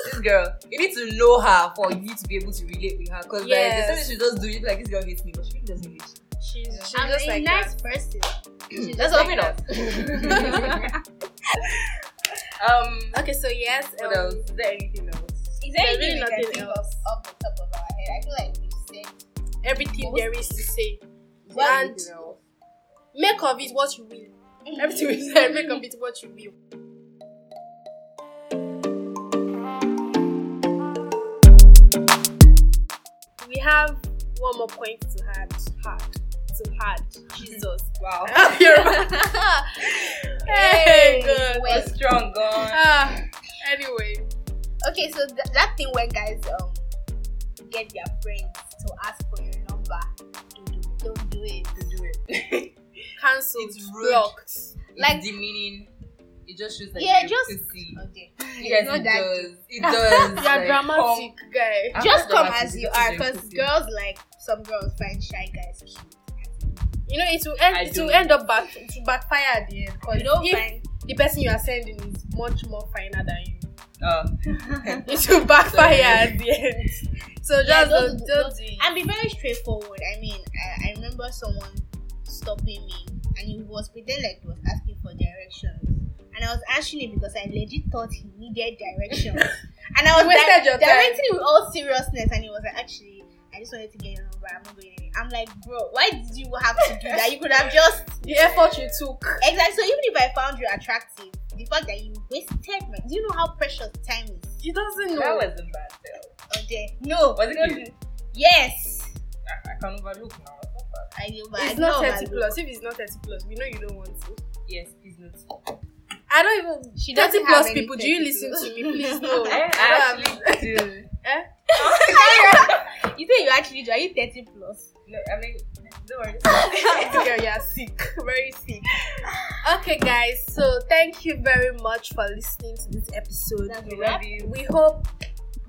[SPEAKER 1] This girl, you need to know her for you to be able to relate with her. Because like,
[SPEAKER 2] Yes.
[SPEAKER 1] the she just do it like this girl hates me, but she really doesn't hate you.
[SPEAKER 2] She's, she's
[SPEAKER 3] I'm
[SPEAKER 2] just
[SPEAKER 3] a
[SPEAKER 2] like
[SPEAKER 3] nice
[SPEAKER 2] that.
[SPEAKER 3] person.
[SPEAKER 2] She's
[SPEAKER 1] Let's
[SPEAKER 2] just like
[SPEAKER 1] open
[SPEAKER 2] that.
[SPEAKER 1] up. um,
[SPEAKER 2] Okay, so yes,
[SPEAKER 1] what
[SPEAKER 2] um,
[SPEAKER 1] else? Is there anything else?
[SPEAKER 3] Is
[SPEAKER 2] There's
[SPEAKER 3] there
[SPEAKER 2] really
[SPEAKER 3] anything we can
[SPEAKER 2] nothing
[SPEAKER 3] think of
[SPEAKER 2] else.
[SPEAKER 3] off the top of our head? I feel like we've said
[SPEAKER 2] everything there is to say.
[SPEAKER 1] Is there
[SPEAKER 2] And-
[SPEAKER 1] anything else?
[SPEAKER 2] Make of it what you will. Everything we said, make of it what you will. We have one more point to add. Hard. To hard. Jesus.
[SPEAKER 1] Wow.
[SPEAKER 2] hey,
[SPEAKER 3] Hey,
[SPEAKER 2] good.
[SPEAKER 3] well-
[SPEAKER 1] We're strong, girl.
[SPEAKER 2] Ah, anyway.
[SPEAKER 3] Okay, so th- that thing where guys um get their friends to ask for your number, don't do it.
[SPEAKER 1] To do it.
[SPEAKER 2] cancelled,
[SPEAKER 1] It's rude.
[SPEAKER 2] blocked.
[SPEAKER 1] like
[SPEAKER 3] Like-
[SPEAKER 1] demeaning. It just shows like
[SPEAKER 3] Yeah,
[SPEAKER 1] you
[SPEAKER 3] just-
[SPEAKER 1] pussy.
[SPEAKER 3] Okay.
[SPEAKER 1] You guys,
[SPEAKER 3] Not
[SPEAKER 1] it
[SPEAKER 3] that
[SPEAKER 1] does. It does.
[SPEAKER 2] You're
[SPEAKER 1] like, oh.
[SPEAKER 2] dramatic, guy.
[SPEAKER 1] I'm
[SPEAKER 3] Just
[SPEAKER 1] not
[SPEAKER 3] come
[SPEAKER 1] dramatic,
[SPEAKER 3] as you
[SPEAKER 1] this is
[SPEAKER 3] are,
[SPEAKER 1] very
[SPEAKER 3] because
[SPEAKER 1] pussy.
[SPEAKER 3] girls like some girls find shy guys cute.
[SPEAKER 2] You know, it will end.
[SPEAKER 1] I
[SPEAKER 2] it will
[SPEAKER 1] don't.
[SPEAKER 2] end up back it will backfire at the end. Cause
[SPEAKER 3] You know,
[SPEAKER 2] if
[SPEAKER 3] fine.
[SPEAKER 2] the person you are sending is much more finer than you,
[SPEAKER 1] Uh,
[SPEAKER 2] it will backfire
[SPEAKER 1] Sorry.
[SPEAKER 2] at the end. So
[SPEAKER 3] Yeah,
[SPEAKER 2] just don't,
[SPEAKER 3] don't do-
[SPEAKER 2] don't
[SPEAKER 3] don't-
[SPEAKER 2] do it.
[SPEAKER 3] and be very straightforward. I mean, I, I remember someone stopping me, and he was pretending like he was asking for directions, and I was asking him because I legit thought he needed directions, and I was
[SPEAKER 2] You wasted your time.
[SPEAKER 3] directing it with all seriousness, and he was like, actually. I just wanted to get your number. I'm not going anywhere. I'm like, bro, why did you have to do that? You could have just
[SPEAKER 2] The effort you took.
[SPEAKER 3] exactly. So even if I found you attractive, the fact that you wasted my, do you know how precious time is?
[SPEAKER 2] It doesn't
[SPEAKER 1] That
[SPEAKER 2] know.
[SPEAKER 1] wasn't bad though.
[SPEAKER 3] Oh dear. No.
[SPEAKER 1] Was it
[SPEAKER 3] no.
[SPEAKER 1] you?
[SPEAKER 3] Yes.
[SPEAKER 1] I, I can overlook now. It's not bad.
[SPEAKER 3] I knew
[SPEAKER 2] it's not 30 plus. If it's not 30 plus, we know you don't want it.
[SPEAKER 1] Yes, please note.
[SPEAKER 2] I don't even.
[SPEAKER 3] She
[SPEAKER 2] 30 plus people, do you listen to me? Please,
[SPEAKER 3] Oh,
[SPEAKER 2] no.
[SPEAKER 1] I actually do.
[SPEAKER 3] you say you actually do. Are you 30 plus?
[SPEAKER 1] No, I mean, don't worry.
[SPEAKER 2] girl, you are sick, very sick. Okay, guys, so thank you very much for listening to this episode.
[SPEAKER 3] That's
[SPEAKER 1] We
[SPEAKER 3] a wrap.
[SPEAKER 1] love you.
[SPEAKER 2] We hope,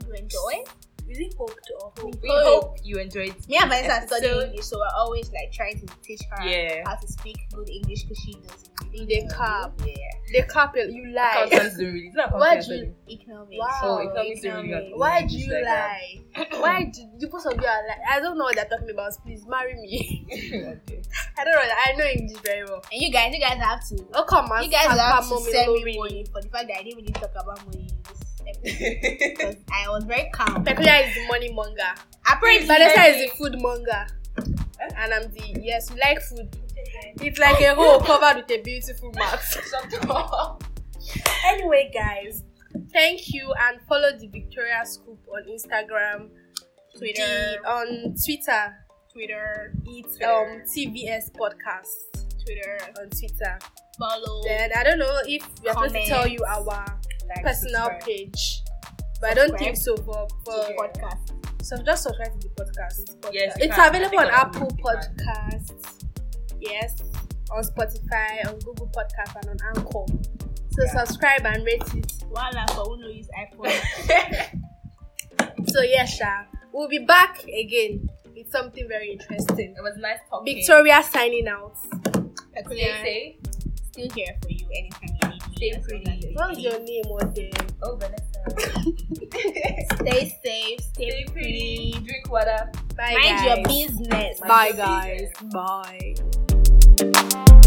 [SPEAKER 3] You enjoy?
[SPEAKER 2] is it hoped or hope?
[SPEAKER 1] We
[SPEAKER 3] Oh.
[SPEAKER 1] hope you enjoyed.
[SPEAKER 3] Me and Vanessa are studying
[SPEAKER 1] Episode.
[SPEAKER 3] English, so we're always like trying to teach her
[SPEAKER 1] Yeah.
[SPEAKER 3] how to speak good English because she doesn't.
[SPEAKER 2] In the car.
[SPEAKER 3] Yeah.
[SPEAKER 2] The couple, you lie.
[SPEAKER 1] Accountants don't really. It's not
[SPEAKER 2] Why
[SPEAKER 1] accountants.
[SPEAKER 2] do you-
[SPEAKER 3] Economics.
[SPEAKER 2] Wow.
[SPEAKER 1] Oh, economics don't really
[SPEAKER 3] economics.
[SPEAKER 1] have-
[SPEAKER 2] Why do you
[SPEAKER 1] Like that.
[SPEAKER 2] lie? Why do you both of you are like? I don't know what they're talking about. Please marry me.
[SPEAKER 1] okay.
[SPEAKER 2] I don't know. I know English very well.
[SPEAKER 3] And you guys, you guys have to.
[SPEAKER 2] Oh come on,
[SPEAKER 3] You guys
[SPEAKER 2] Papa
[SPEAKER 3] have to
[SPEAKER 2] Mommy
[SPEAKER 3] send me
[SPEAKER 2] Lori.
[SPEAKER 3] money for the fact that I didn't really talk about money in this episode because I was very calm.
[SPEAKER 2] Peculiar is the money monger.
[SPEAKER 3] Apparently,
[SPEAKER 2] Vanessa is the food monger. And I'm the yes, we like food. It's like a hole covered with a beautiful mouth.
[SPEAKER 1] Shut up.
[SPEAKER 2] anyway, guys, thank you and follow the Victoria Scoop on Instagram,
[SPEAKER 3] Twitter.
[SPEAKER 2] the- on Twitter.
[SPEAKER 3] Twitter,
[SPEAKER 2] It's
[SPEAKER 1] Twitter.
[SPEAKER 2] um TBS podcast
[SPEAKER 3] Twitter,
[SPEAKER 2] on Twitter.
[SPEAKER 3] follow.
[SPEAKER 2] Then I don't know if we are supposed to
[SPEAKER 3] Comment.
[SPEAKER 2] tell you our
[SPEAKER 1] Like,
[SPEAKER 2] personal
[SPEAKER 1] subscribe.
[SPEAKER 2] page, but I don't
[SPEAKER 3] Subscribe.
[SPEAKER 2] think so. For,
[SPEAKER 3] the
[SPEAKER 2] for
[SPEAKER 3] podcast.
[SPEAKER 2] so just subscribe to the podcast.
[SPEAKER 1] Yes, you
[SPEAKER 2] It's
[SPEAKER 1] can.
[SPEAKER 2] available
[SPEAKER 1] I
[SPEAKER 2] on
[SPEAKER 1] think
[SPEAKER 2] Apple
[SPEAKER 1] Google you can.
[SPEAKER 2] Podcasts, yes, on Spotify, on Google Podcasts, and on Anchor. So
[SPEAKER 1] Yeah.
[SPEAKER 2] subscribe and rate it.
[SPEAKER 3] Voila, for who knows iPhone.
[SPEAKER 2] So yeah, Sha, we'll be back again with something very interesting.
[SPEAKER 1] It was nice talking.
[SPEAKER 2] Victoria signing out.
[SPEAKER 1] Stay safe.
[SPEAKER 3] Still here for you anytime you need me.
[SPEAKER 1] Stay
[SPEAKER 3] That's all
[SPEAKER 1] pretty.
[SPEAKER 3] I say.
[SPEAKER 2] What's your name or them?
[SPEAKER 1] Oh, Vanessa.
[SPEAKER 3] Stay safe. Stay,
[SPEAKER 1] Stay pretty.
[SPEAKER 3] pretty.
[SPEAKER 1] Drink water.
[SPEAKER 2] Bye
[SPEAKER 3] Mind
[SPEAKER 2] guys.
[SPEAKER 3] your business.
[SPEAKER 1] Mind
[SPEAKER 2] Bye
[SPEAKER 1] your
[SPEAKER 2] guys.
[SPEAKER 1] business.
[SPEAKER 2] Bye.